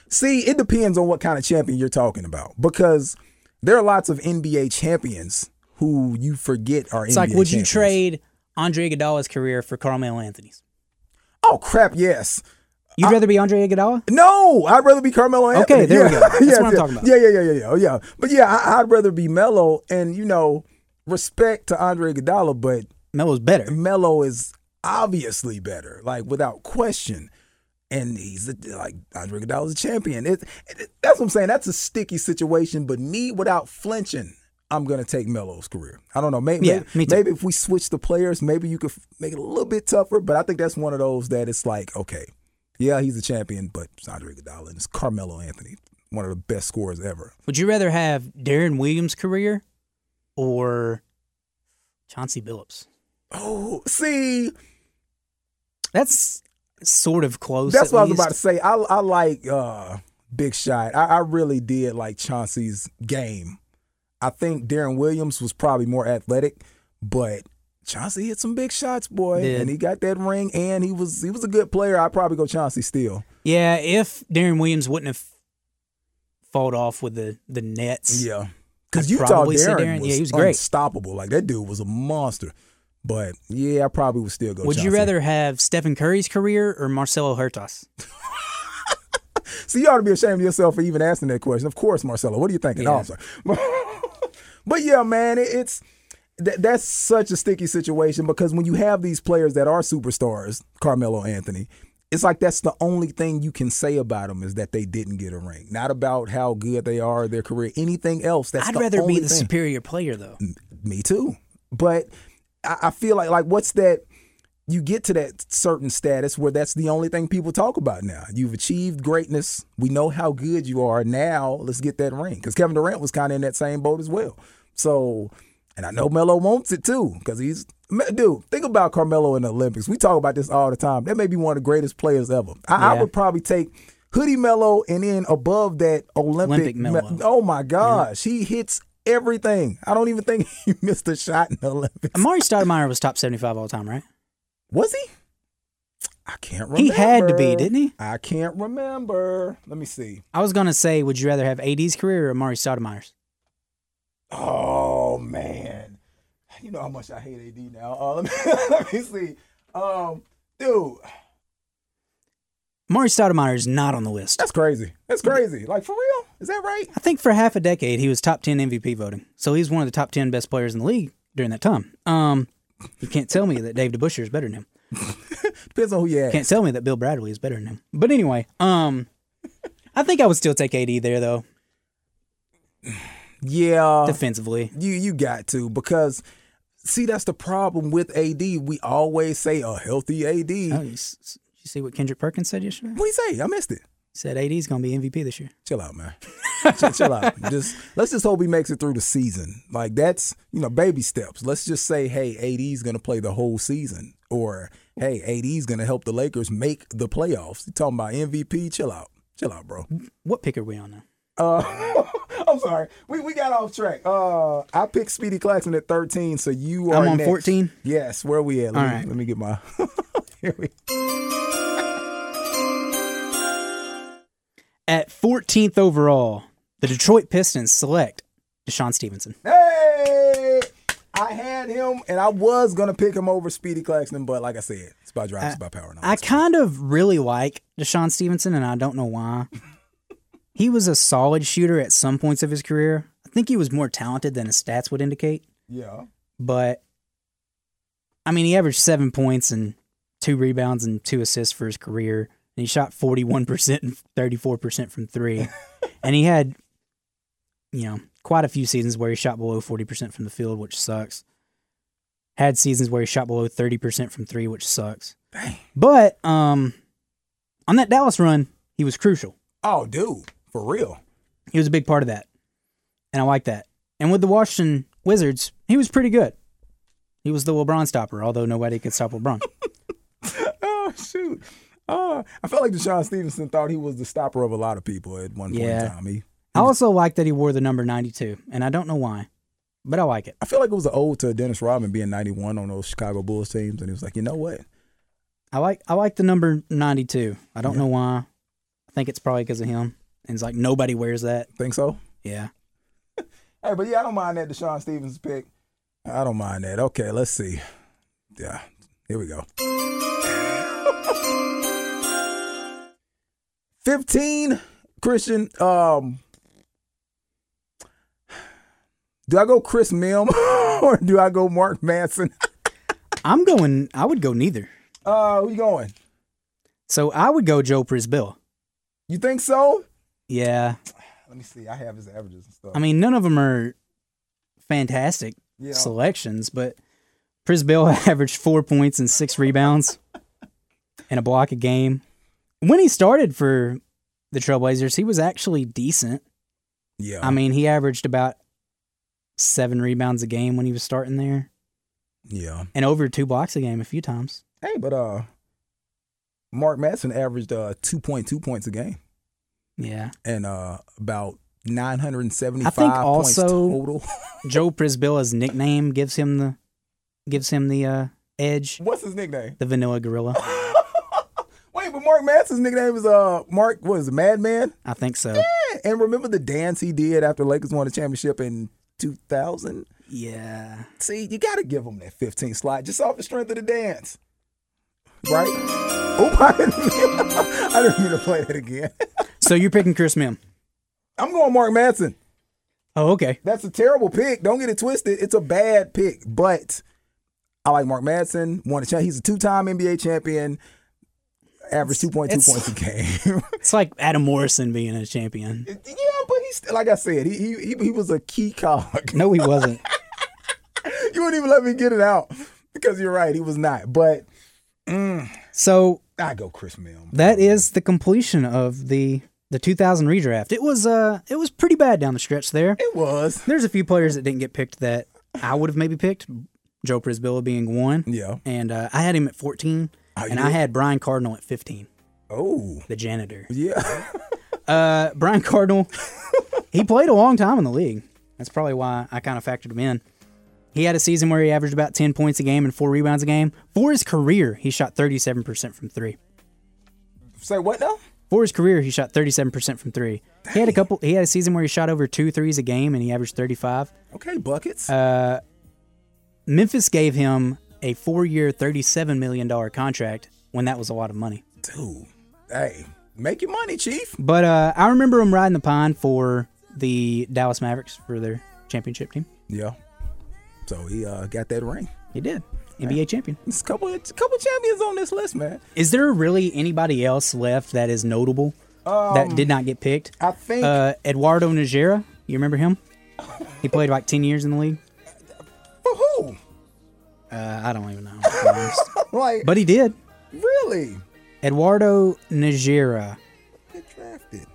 C: See, it depends on what kind of champion you're talking about because there are lots of NBA champions who you forget are
D: It's
C: NBA
D: like would
C: champions.
D: you trade Andre Iguodala's career for Carmelo Anthony's?
C: Oh crap, yes.
D: You'd rather be Andre Iguodala?
C: No, I'd rather be Carmelo Anthony.
D: Okay, there we
C: Yeah. *laughs*
D: go. That's
C: Yes,
D: what I'm
C: yeah.
D: talking about.
C: Yeah, yeah, yeah, yeah, yeah. Oh, yeah. But yeah, I, I'd rather be Melo and, you know, respect to Andre Iguodala, but
D: Melo's better.
C: Melo is obviously better, like without question. And he's a, like Andre Iguodala's a champion. It, it- that's what I'm saying. That's a sticky situation. But me, without flinching, I'm gonna take Melo's career. I don't know. Maybe
D: Yeah, me
C: maybe,
D: too.
C: maybe if we switch the players, maybe you could f- make it a little bit tougher. But I think that's one of those that it's like, okay, yeah, he's a champion, but it's Andre Iguodala and it's Carmelo Anthony, one of the best scorers ever.
D: Would you rather have Darren Williams' career or Chauncey Billups?
C: Oh, see,
D: That's sort of close.
C: That's
D: at
C: what I was
D: least.
C: about to say. I I like uh, Big shot. I, I really did like Chauncey's game. I think Darren Williams was probably more athletic, but Chauncey hit some big shots, boy,
D: Did.
C: and he got that ring. And he was he was a good player. I'd probably go Chauncey still.
D: Yeah, if Darren Williams wouldn't have fought off with the the Nets,
C: Yeah, because
D: I'd
C: Utah
D: probably say
C: Darren,
D: Darren.
C: was
D: Yeah, he was great.
C: unstoppable. Like that dude was a monster. But yeah, I probably would still go.
D: would you
C: Chauncey.
D: rather have Stephen Curry's career or Marcelo Hurtas?
C: So you ought to be ashamed of yourself for even asking that question. Of course, Marcelo. What are you thinking? Oh, I'm sorry. *laughs* but yeah, man, it, it's that, that's such a sticky situation because when you have these players that are superstars, Carmelo Anthony, it's like that's the only thing you can say about them is that they didn't get a ring. Not about how good they are, their career, anything else. That's
D: I'd
C: the
D: rather be
C: only
D: the
C: thing. Mm.
D: superior player though.
C: Me too. But I, I feel like like what's that? You get to that certain status where that's the only thing people talk about now. You've achieved greatness. We know how good you are. Now let's get that ring. Because Kevin Durant was kind of in that same boat as well. So, and I know Melo wants it too because he's Me- dude. Think about Carmelo in the Olympics. We talk about this all the time. That may be one of the greatest players ever. I, I
D: Yeah.
C: would probably take Hoodie Melo and then above that Olympic.
D: Olympic Melo.
C: Me- oh my gosh, he hits everything. I don't even think *laughs* he missed a shot in the Olympics.
D: Amari Stoudemire was top seventy five all time, right?
C: Was he? I can't remember.
D: He had to be, didn't he?
C: I can't remember. Let me see.
D: I was gonna say, would you rather have AD's career or Amari Stoudemire's?
C: Oh man, you know how much I hate AD now. Uh, *laughs* let, me, let me see. Um, dude,
D: Amari Stoudemire is not on the list.
C: that's crazy. That's crazy. Like for real? Is that right?
D: I think for half a decade he was top ten MVP voting, so he's one of the top ten best players in the league during that time. Um, you can't tell me that Dave DeBusschere is better than him.
C: Depends on who you ask.
D: Can't tell me that Bill Bradley is better than him. But anyway, um, I think I would still take AD there though,
C: yeah.
D: defensively.
C: You you got to because see that's the problem with AD. We always say a healthy AD.
D: Oh, you, s- s- you see what Kendrick Perkins said yesterday?
C: What do you say? I missed it.
D: Said AD is gonna be MVP this year.
C: Chill out, man. chill, chill out. Just let's just hope he makes it through the season. Like that's you know baby steps. Let's just say, hey, AD's gonna play the whole season, or hey, AD's gonna help the Lakers make the playoffs. You talking about MVP? Chill out. Chill out, bro.
D: What pick are we on now?
C: Uh, *laughs* I'm sorry. We we got off track. Uh, I picked Speedy Claxton at 13, so you are
D: I'm on
C: next.
D: 14?
C: Yes, where we at? Let,
D: All
C: me,
D: right.
C: let me get my. *laughs* Here we.
D: At 14th overall, the Detroit Pistons select Deshaun Stevenson.
C: Hey, I had him, and I was gonna pick him over Speedy Claxton, but like I said, it's by drive, it's by power. and all
D: I
C: that stuff.
D: kind of really like Deshaun Stevenson, and I don't know why. he was a solid shooter at some points of his career. I think he was more talented than his stats would indicate,
C: yeah,
D: but I mean, he averaged seven points and two rebounds and two assists for his career, and he shot 41% and 34% from three. and he had, you know, quite a few seasons where he shot below 40% from the field, which sucks. Had seasons where he shot below 30% from three, which sucks.
C: dang.
D: But um, on that Dallas run, he was crucial.
C: Oh, dude, for real.
D: He was a big part of that, and I like that. And with the Washington Wizards, he was pretty good. He was the LeBron stopper, although nobody could stop LeBron.
C: Oh shoot. Oh, I felt like Deshaun Stevenson thought he was the stopper of a lot of people at one point
D: Yeah.
C: in time. He,
D: I also like that he wore the number ninety-two, and I don't know why, but I like it.
C: I feel like it was an ode to Dennis Rodman being 91 on those Chicago Bulls teams, and he was like, you know what?
D: I like I like the number ninety-two. I don't know why. I think it's probably because of him. And it's like nobody wears that.
C: Think so?
D: Yeah.
C: Hey, but yeah, I don't mind that Deshaun Stevens pick. I don't mind that. Okay, let's see. Yeah, here we go. *laughs* 15, Christian. Um, do I go Chris Mim *laughs* or do I go Mark Manson? *laughs*
D: I'm going. I would go neither.
C: Uh, who you going?
D: So I would go Joe Prisbill.
C: You think so?
D: Yeah.
C: Let me see. I have his averages and stuff.
D: I mean, none of them are fantastic
C: yeah.
D: selections, but Prisbill *laughs* averaged four points and six rebounds and a block a game. When he started for the Trailblazers, he was actually decent.
C: yeah.
D: I mean, he averaged about seven rebounds a game when he was starting there
C: yeah.
D: and over two blocks a game a few times.
C: Hey, but uh, Mark Matson averaged uh 2.2 points a game.
D: Yeah.
C: and uh, about 975
D: I think also-
C: points total. *laughs*
D: Joe Prisbilla's nickname gives him the gives him the uh, edge.
C: What's his nickname?
D: The Vanilla Gorilla.
C: Wait, but Mark Manson's nickname is uh Mark was Madman.
D: I think so.
C: And remember the dance he did after Lakers won the championship in 2000?
D: Yeah.
C: See, you got to give him that 15 slot just off the strength of the dance. Right? Oop, *laughs* I didn't mean, I didn't mean to play that again.
D: So you're picking Chris Mim.
C: I'm going Mark Manson.
D: Oh, okay.
C: That's a terrible pick. Don't get it twisted. It's a bad pick, but I like Mark Madsen. Won a cha- He's a two-time NBA champion. Average two point two
D: it's-
C: points a *laughs* game.
D: It's like Adam Morrison being a champion.
C: yeah, but he's like I said, he he he- he was a key cog. *laughs*
D: No, he wasn't.
C: You wouldn't even let me get it out because you're right. He was not. But
D: So
C: I go Chris Mill.
D: that is the completion of the the 2000 redraft. It was uh it was pretty bad down the stretch there.
C: It was.
D: There's a few players that didn't get picked that I would have maybe picked. Joe Prisbilla being one,
C: Yeah.
D: and uh, I had him at 14,
C: Oh,
D: and
C: you
D: I
C: did?
D: had Brian Cardinal at 15,
C: Oh.
D: the janitor.
C: Yeah.
D: *laughs* Uh, Brian Cardinal, he played a long time in the league. That's probably why I kind of factored him in. He had a season where he averaged about 10 points a game and four rebounds a game. For his career, he shot 37% from three.
C: Say what now?
D: For his career, he shot 37% from three. He had a couple. He had a season where he shot over two threes a game and he averaged 35.
C: Okay, buckets.
D: Memphis gave him a four-year, 37 million dollar contract when that was a lot of money.
C: Dude. Hey, make your money, Chief.
D: But uh, I remember him riding the pine for the Dallas Mavericks for their championship team.
C: Yeah. So he uh, got that ring.
D: He did NBA champion.
C: There's a couple, it's a couple champions on this list, man.
D: Is there really anybody else left that is notable that did not get picked?
C: I think
D: Uh, Eduardo Najera, you remember him? He played like ten years in the league.
C: for who?
D: Uh, I don't even know. to be honest.
C: Like,
D: *laughs* but he did.
C: really?
D: Eduardo Najera.
C: Get drafted.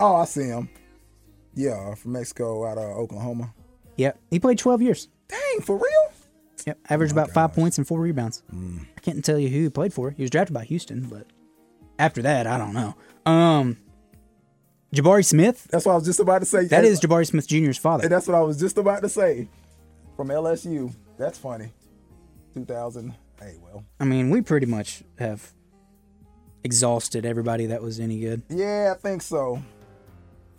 C: Oh, I see him. Yeah, from Mexico, out of Oklahoma.
D: Yep, he played twelve years.
C: Dang, for real?
D: Yep, averaged about five points and four rebounds. I can't tell you who he played for. He was drafted by Houston, but after that, I don't know. Um, Jabari Smith.
C: That's what I was just about to say.
D: That is Jabari Smith Jr.'s father.
C: And that's what I was just about to say. From LSU. That's funny. 2000. Hey, well.
D: I mean, we pretty much have exhausted everybody that was any good.
C: Yeah, I think so.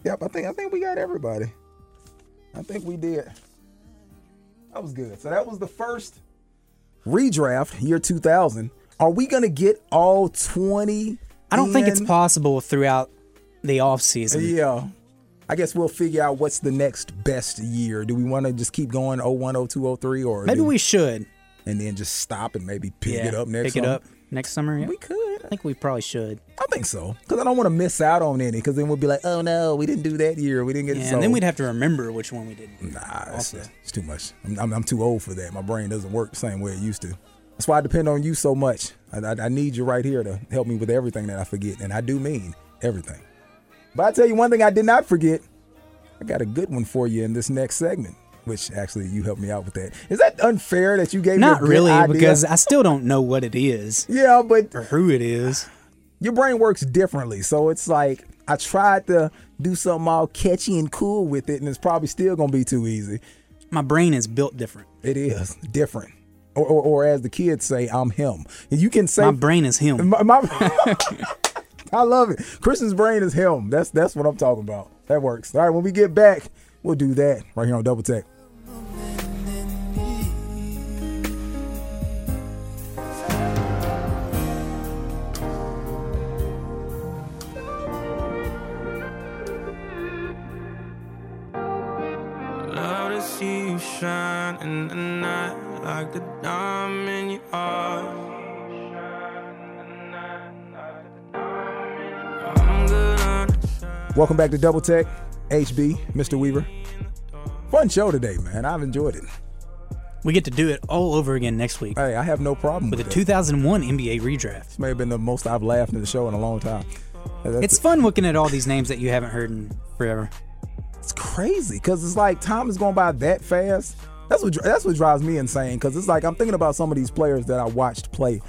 C: Yep, I think I think we got everybody. I think we did. That was good. So that was the first redraft year 2000. Are we gonna get all 20?
D: I don't think it's
C: in?
D: possible throughout the offseason.
C: Yeah. I guess we'll figure out what's the next best year. Do we want to just keep going 01, 02, 03, or
D: Maybe
C: do-
D: we should
C: and then just stop and maybe pick
D: yeah,
C: it up next?
D: Pick it
C: summer?
D: up next summer. yeah.
C: We could.
D: I think we probably should.
C: I think so because I don't want to miss out on any. Because then we'll be like, oh no, we didn't do that year. We didn't get.
D: Yeah,
C: it.
D: and
C: So-
D: then we'd have to remember which one we did.
C: Nah, it's, just- it's too much. I'm, I'm, I'm too old for that. My brain doesn't work the same way it used to. That's why I depend on you so much. I, I, I need you right here to help me with everything that I forget, and I do mean everything. But I tell you one thing I did not forget. I got a good one for you in this next segment, which actually you helped me out with that. Is that unfair that you gave me a
D: Not
C: good
D: really,
C: idea?
D: because I still don't know what it is
C: yeah, but
D: or who it is.
C: your brain works differently. So it's like I tried to do something all catchy and cool with it, and it's probably still gonna be too easy.
D: My brain is built different.
C: It is different. Or, or, or as the kids say, I'm him. And you can say
D: My brain is him.
C: my- my- *laughs* I love it. Christian's brain is him. That's that's what I'm talking about. That works. All right, when we get back, we'll do that right here on Double Tech.
F: Love to see you shine in the night like the diamond you are. I'm good on a shine.
C: Welcome back to Double Tech, HB, Mr. Weaver. Fun show today, man. I've enjoyed it.
D: We get to do it all over again next week
C: Hey, I have no problem with,
D: with the
C: it.
D: 2001 NBA redraft.
C: This may have been the most I've laughed in the show in a long time. That's-
D: It's fun looking at all these names that you haven't heard in forever.
C: It's crazy because it's like time is going by that fast. That's what that's what drives me insane because it's like I'm thinking about some of these players that I watched play,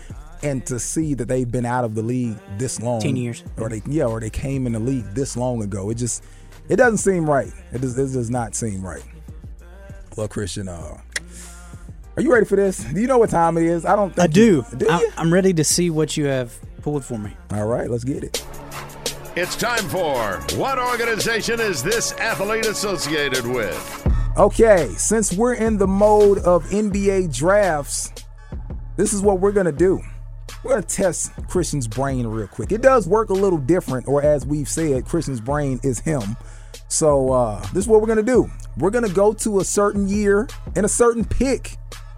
C: and to see that they've been out of the league this long
D: 10 years.
C: or they yeah or they came in the league this long ago it just it doesn't seem right it does, it does not seem right well christian uh are you ready for this do you know what time it is i don't think
D: I do.
C: you- do
D: I,
C: you?
D: I'm ready to see what you have pulled for me.
C: all right let's get it
A: It's time for What Organization Is This Athlete Associated with?
C: Okay, since we're in the mode of NBA drafts, this is what we're going to do. We're going to test Christian's brain real quick. It does work a little different, or as we've said, Christian's brain is him. So, uh, this is what we're going to do. We're going to go to a certain year and a certain pick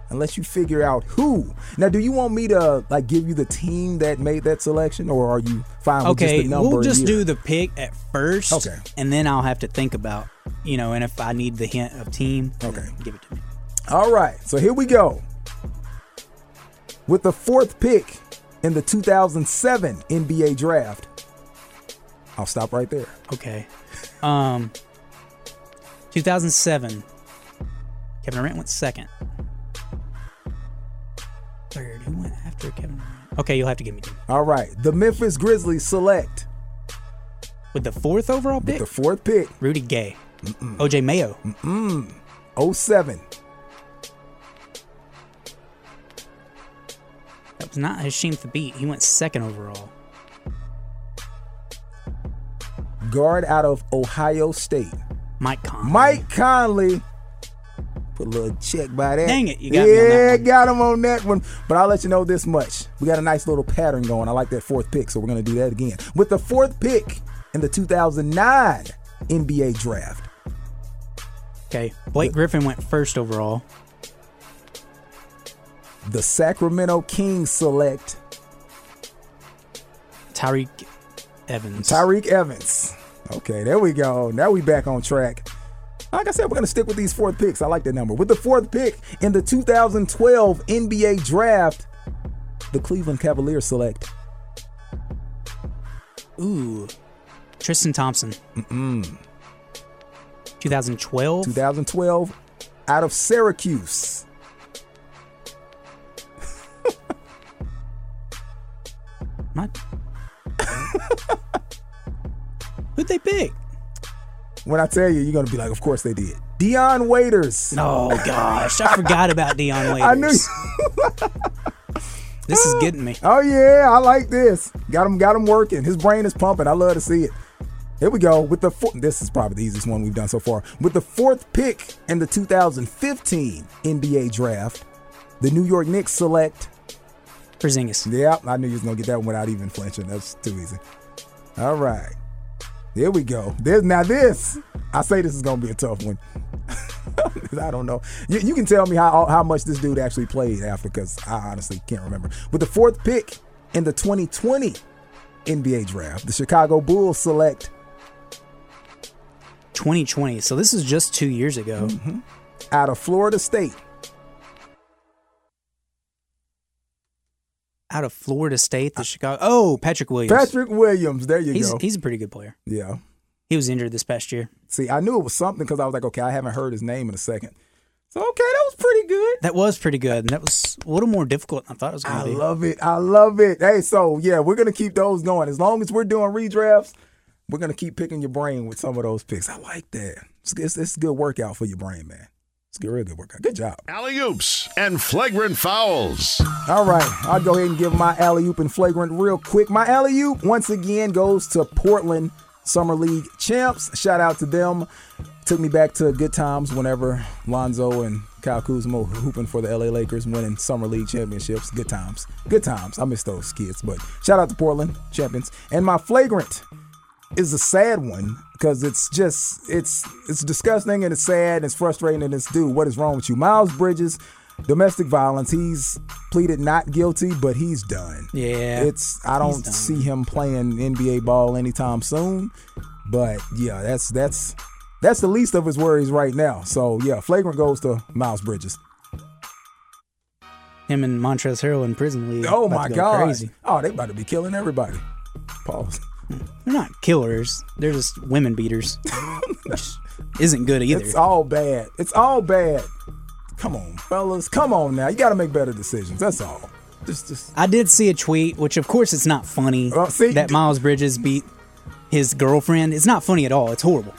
C: unless you figure out who. Now, do you want me to like give you the team that made that selection, or are you fine
D: Okay,
C: with just the number?
D: we'll just
C: year?
D: do the pick at first.
C: Okay.
D: And then I'll have to think about, you know, and if I need the hint of team,
C: Okay.
D: give it to me.
C: All right, so here we go. With the fourth pick in the 2007 NBA draft, I'll stop right there.
D: Okay. Um 2007. Kevin Durant went second. Third. Who went after Kevin Durant? Okay, you'll have to give me two.
C: All right, the Memphis Grizzlies select
D: With the fourth overall
C: with
D: pick,
C: the Mm. fourth pick,
D: Rudy Gay. OJ Mayo.
C: 07.
D: That was not Hashim Thabit. He went second overall.
C: Guard out of Ohio State,
D: Mike Conley.
C: Mike Conley. Put a little check by that.
D: Dang it, you got me on that
C: yeah,
D: one.
C: got him on that one. But I'll let you know this much: we got a nice little pattern going. I like that fourth pick, so we're gonna do that again with the fourth pick in the 2009 NBA draft.
D: Okay. Blake Griffin went first overall.
C: the Sacramento Kings select
D: Tyreek Evans.
C: Tyreek Evans. Okay, there we go. Now we back on track. Like I said, we're gonna stick with these fourth picks. I like that number. With the fourth pick in the 2012 NBA draft, the Cleveland Cavaliers select
D: Ooh. Tristan Thompson. Mm-mm. 2012.
C: 2012 out of Syracuse.
D: My... Who'd they pick?
C: When I tell you, you're gonna be like, of course they did. Dion Waiters.
D: Oh gosh, I forgot about Dion
C: *laughs*
D: Waiters.
C: I knew.
D: This is getting me.
C: Oh yeah, I like this. Got him, got him working. His brain is pumping. I love to see it. Here we go with the four, this is probably the easiest one we've done so far. With the fourth pick in the 2015 NBA draft, the New York Knicks select.
D: Porzingis.
C: Yeah, I knew you was gonna get that one without even flinching. That's too easy. All right, there we go. There's now this. I say this is gonna be a tough one. *laughs* I don't know. You, you can tell me how how much this dude actually played after, because I honestly can't remember. With the fourth pick in the 2020 NBA draft, the Chicago Bulls select
D: 2020. So this is just two years ago.
C: Mm-hmm. out of Florida State
D: Out of Florida State, the Chicago. Oh, Patrick Williams.
C: Patrick Williams. There you
D: he's
C: go.
D: he's a pretty good player.
C: yeah.
D: He was injured this past year.
C: See, I knew it was something because I was like, okay, I haven't heard his name in a second. So okay, that was pretty good.
D: That was pretty good, and that was a little more difficult than I thought it was
C: I
D: going to be.
C: love it. I love it. Hey, so yeah, we're gonna keep those going. As long as we're doing redrafts, we're gonna keep picking your brain with some of those picks. I like that. It's, it's, it's a good workout for your brain, man. It's a real good workout. Good job.
A: Alley oops and flagrant fouls.
C: All right, I'll go ahead and give my alley oop and flagrant real quick. My alley oop once again goes to Portland Summer League champs. Shout out to them. Took me back to good times whenever Lonzo and Kyle Kuzma were hooping for the LA Lakers, winning Summer League championships. Good times. Good times. I miss those kids, but shout out to Portland champions. And my flagrant is a sad one because it's just it's it's disgusting and it's sad and it's frustrating and it's dude, what is wrong with you? Miles Bridges, domestic violence. He's pleaded not guilty, but he's done.
D: Yeah.
C: it's I don't
D: done.
C: see him playing NBA ball anytime soon. But yeah, that's that's that's the least of his worries right now. So yeah, flagrant goes to Miles Bridges.
D: Him and Montrezl Harrell in prison league.
C: Oh
D: about
C: my
D: to go
C: god!
D: crazy.
C: Oh, they about to be killing everybody. Pause.
D: They're not killers. They're just women
C: *laughs*
D: beaters, which isn't good either.
C: It's all bad. It's all bad. Come on, fellas. Come on now. You got to make better decisions. That's all. Just, just
D: I did see a tweet, which of course it's not funny
C: Well, Oh, see,
D: that
C: d-
D: Miles Bridges beat his girlfriend. It's not funny at all. It's horrible.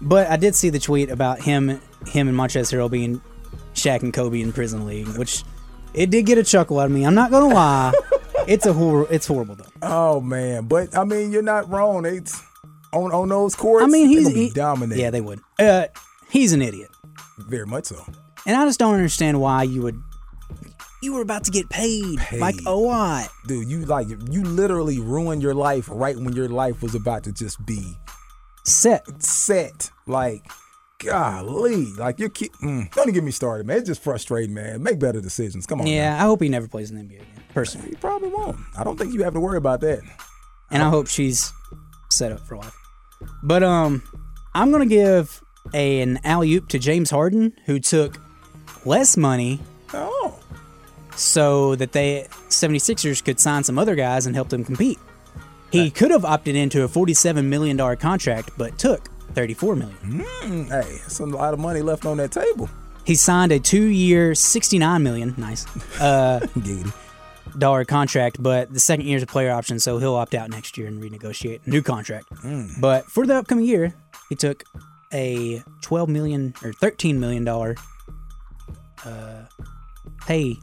D: But I did see the tweet about him, him and Montrezl Harrell being Shaq and Kobe in prison league, which it did get a chuckle out of me. I'm not gonna
C: *laughs*
D: lie, it's a hor- it's horrible though.
C: oh man, but I mean, you're not wrong. It's on on those courts.
D: I mean,
C: they
D: he's
C: gonna be
D: he-
C: dominating.
D: Yeah, they would. Uh, he's an idiot.
C: very much so.
D: And I just don't understand why you would. You were about to get paid, like a lot.
C: Dude, you like you literally ruined your life right when your life was about to just be
D: Set.
C: set. Like, golly, like you're ki- mm, don't even get me started, man. It's just frustrating, man. Make better decisions. Come on, man.
D: Yeah, I hope he never plays in the NBA again, personally.
C: You probably won't. I don't think you have to worry about that.
D: And I hope she's set up for life. But um, I'm gonna give an alley oop to James Harden, who took less money
C: Oh,
D: so that they 76ers could sign some other guys and help them compete. He could have opted into a 47 million dollar contract, but took 34 million.
C: hey, that's a lot of money left on that table.
D: He signed a two-year, 69 million, nice, uh,
C: *laughs* Giggity.
D: dollar contract, but the second year is a player option, so he'll opt out next year and renegotiate a new contract.
C: Hmm.
D: But for the upcoming year, he took a 12 million or 13 million dollar uh, pay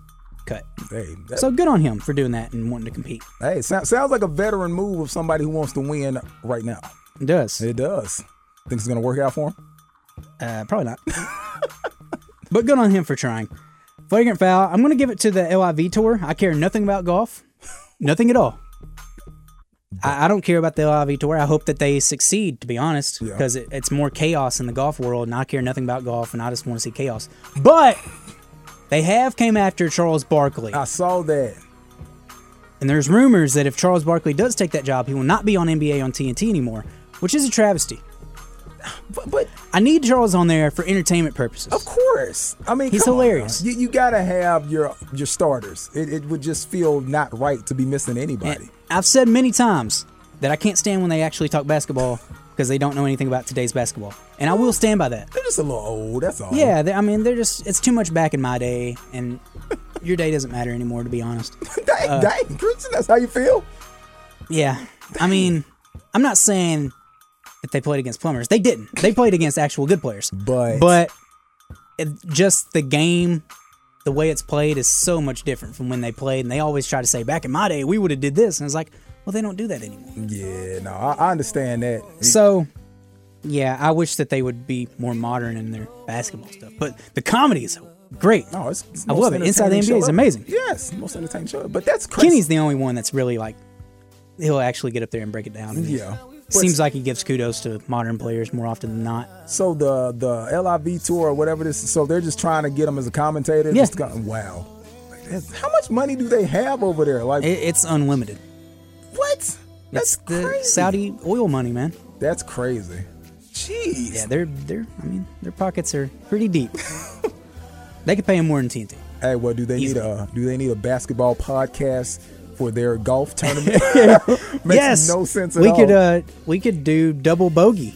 D: cut.
C: Hey, that,
D: So good on him for doing that and wanting to compete.
C: hey, so, sounds like a veteran move of somebody who wants to win right now.
D: It does
C: It does. Think it's gonna work out for him?
D: uh, probably not, but good on him for trying. Flagrant foul. I'm gonna give it to the LIV tour. I care nothing about golf, nothing at all. I, I don't care about the LIV tour. I hope that they succeed, to be honest,
C: Yeah.
D: because it, it's more chaos in the golf world, and I care nothing about golf, and I just want to see chaos. But they have came after Charles Barkley,
C: I saw that.
D: and there's rumors that if Charles Barkley does take that job, he will not be on NBA on TNT anymore, which is a travesty.
C: But, but
D: I need Charles on there for entertainment purposes.
C: of course, I mean,
D: He's
C: come on,
D: hilarious.
C: man. you, you gotta have your your starters. It, it would just feel not right to be missing anybody.
D: And I've said many times that I can't stand when they actually talk basketball because they don't know anything about today's basketball, and I will stand by that.
C: They're just a little old. That's all.
D: Yeah, they, I mean they're just—it's too much back in my day, and your day doesn't matter anymore, to be honest.
C: *laughs* dang,
D: uh,
C: dang, Christian, that's how you feel.
D: Yeah, I mean, I'm not saying that they played against plumbers. They didn't. They played against actual good players.
C: But-
D: but it, just the game, the way it's played, is so much different from when they played. And they always try to say, "Back in my day, we would have did this," and it's like, well, they don't do that anymore.
C: Yeah, no, I, I understand that.
D: So, yeah, I wish that they would be more modern in their basketball stuff. But the comedy is great.
C: No, it's, it's
D: I
C: most
D: love it. Inside the
C: entertaining
D: NBA
C: show
D: is
C: ever.
D: amazing.
C: Yes, most entertaining show. But that's crazy.
D: Kenny's the only one that's really like he'll actually get up there and break it down. And
C: yeah.
D: Seems like he gives kudos to modern players more often than not.
C: So the the LIV tour or whatever this. is, So they're just trying to get him as a commentator.
D: Yeah.
C: Just go- wow. Like, that's- How much money do they have over there? Like
D: It, it's unlimited.
C: what?
D: It's
C: That's
D: the
C: crazy.
D: Saudi oil money, man.
C: That's crazy. Jeez.
D: Yeah, they're they're. I mean, their pockets are pretty
C: *laughs*
D: deep. they could pay him more than TNT.
C: Hey, well, do they
D: Easy.
C: need a do they need a basketball podcast for their golf
D: *laughs*
C: tournament? Makes
D: yes,
C: no sense at
D: we
C: all.
D: could uh we could do double bogey.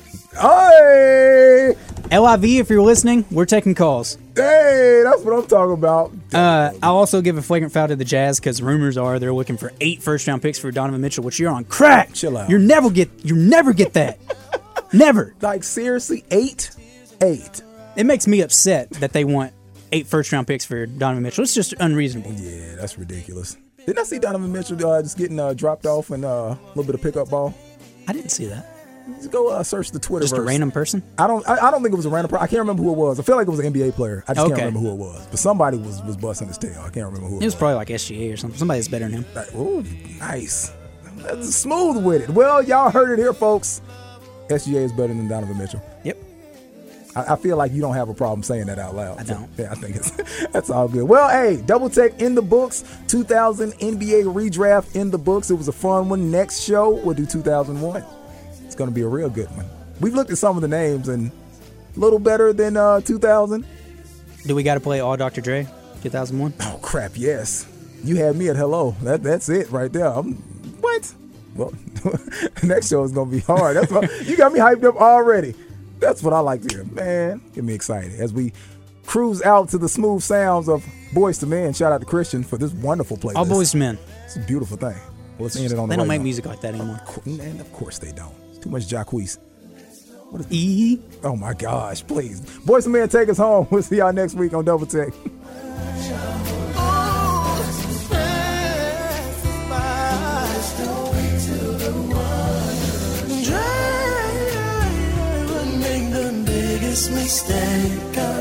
C: hey,
D: LIV, if you're listening, we're taking calls.
C: hey, that's what I'm talking about.
D: Uh, I'll also give a flagrant foul to the Jazz because rumors are they're looking for eight first round picks for Donovan Mitchell, which you're on crack.
C: Chill out.
D: You never get you never get that. *laughs* never.
C: Like seriously, eight, eight.
D: It makes me upset that they want eight first round picks for Donovan Mitchell. It's just unreasonable.
C: Yeah, that's ridiculous. Didn't I see Donovan Mitchell uh, just getting uh, dropped off and uh, a little bit of pickup ball?
D: I didn't see that.
C: Just go uh, search the Twitter.
D: Just a random person.
C: I don't. I, I don't think it was a random. Pro- I can't remember who it was. I feel like it was an NBA player. I just
D: Okay.
C: can't remember who it was. But somebody was was busting his tail. I can't remember who it,
D: It was probably like SGA or something. Somebody's better than him.
C: Like, ooh, nice. That's smooth with it. Well, y'all heard it here, folks. SGA is better than Donovan Mitchell.
D: Yep.
C: I, I feel like you don't have a problem saying that out loud.
D: I don't.
C: Yeah, I think it's *laughs* that's all good. Well, hey, Double Tech in the books. 2000 NBA redraft in the books. It was a fun one. Next show we'll do 2001. It's gonna be a real good one. We've looked at some of the names and a little better than uh, 2000.
D: Do we got to play all Dr. Dre? 2001.
C: Oh crap! Yes, you had me at hello. That that's it right there. I'm, what? Well, *laughs* next show is gonna be hard. That's what, you got me hyped up already. That's what I like to hear, man. Get me excited as we cruise out to the smooth sounds of Boys to Men. Shout out to Christian for this wonderful playlist.
D: All boys to men.
C: It's a beautiful thing. Well, let's end it on
D: They
C: the
D: don't
C: right
D: make
C: note.
D: music like that anymore.
C: Qu- And of course they don't. It's too much Jacquees.
D: E.
C: Oh my gosh, please. Boys and Men, take us home. *laughs* We'll see y'all next week on Double Tech.
G: Mistake.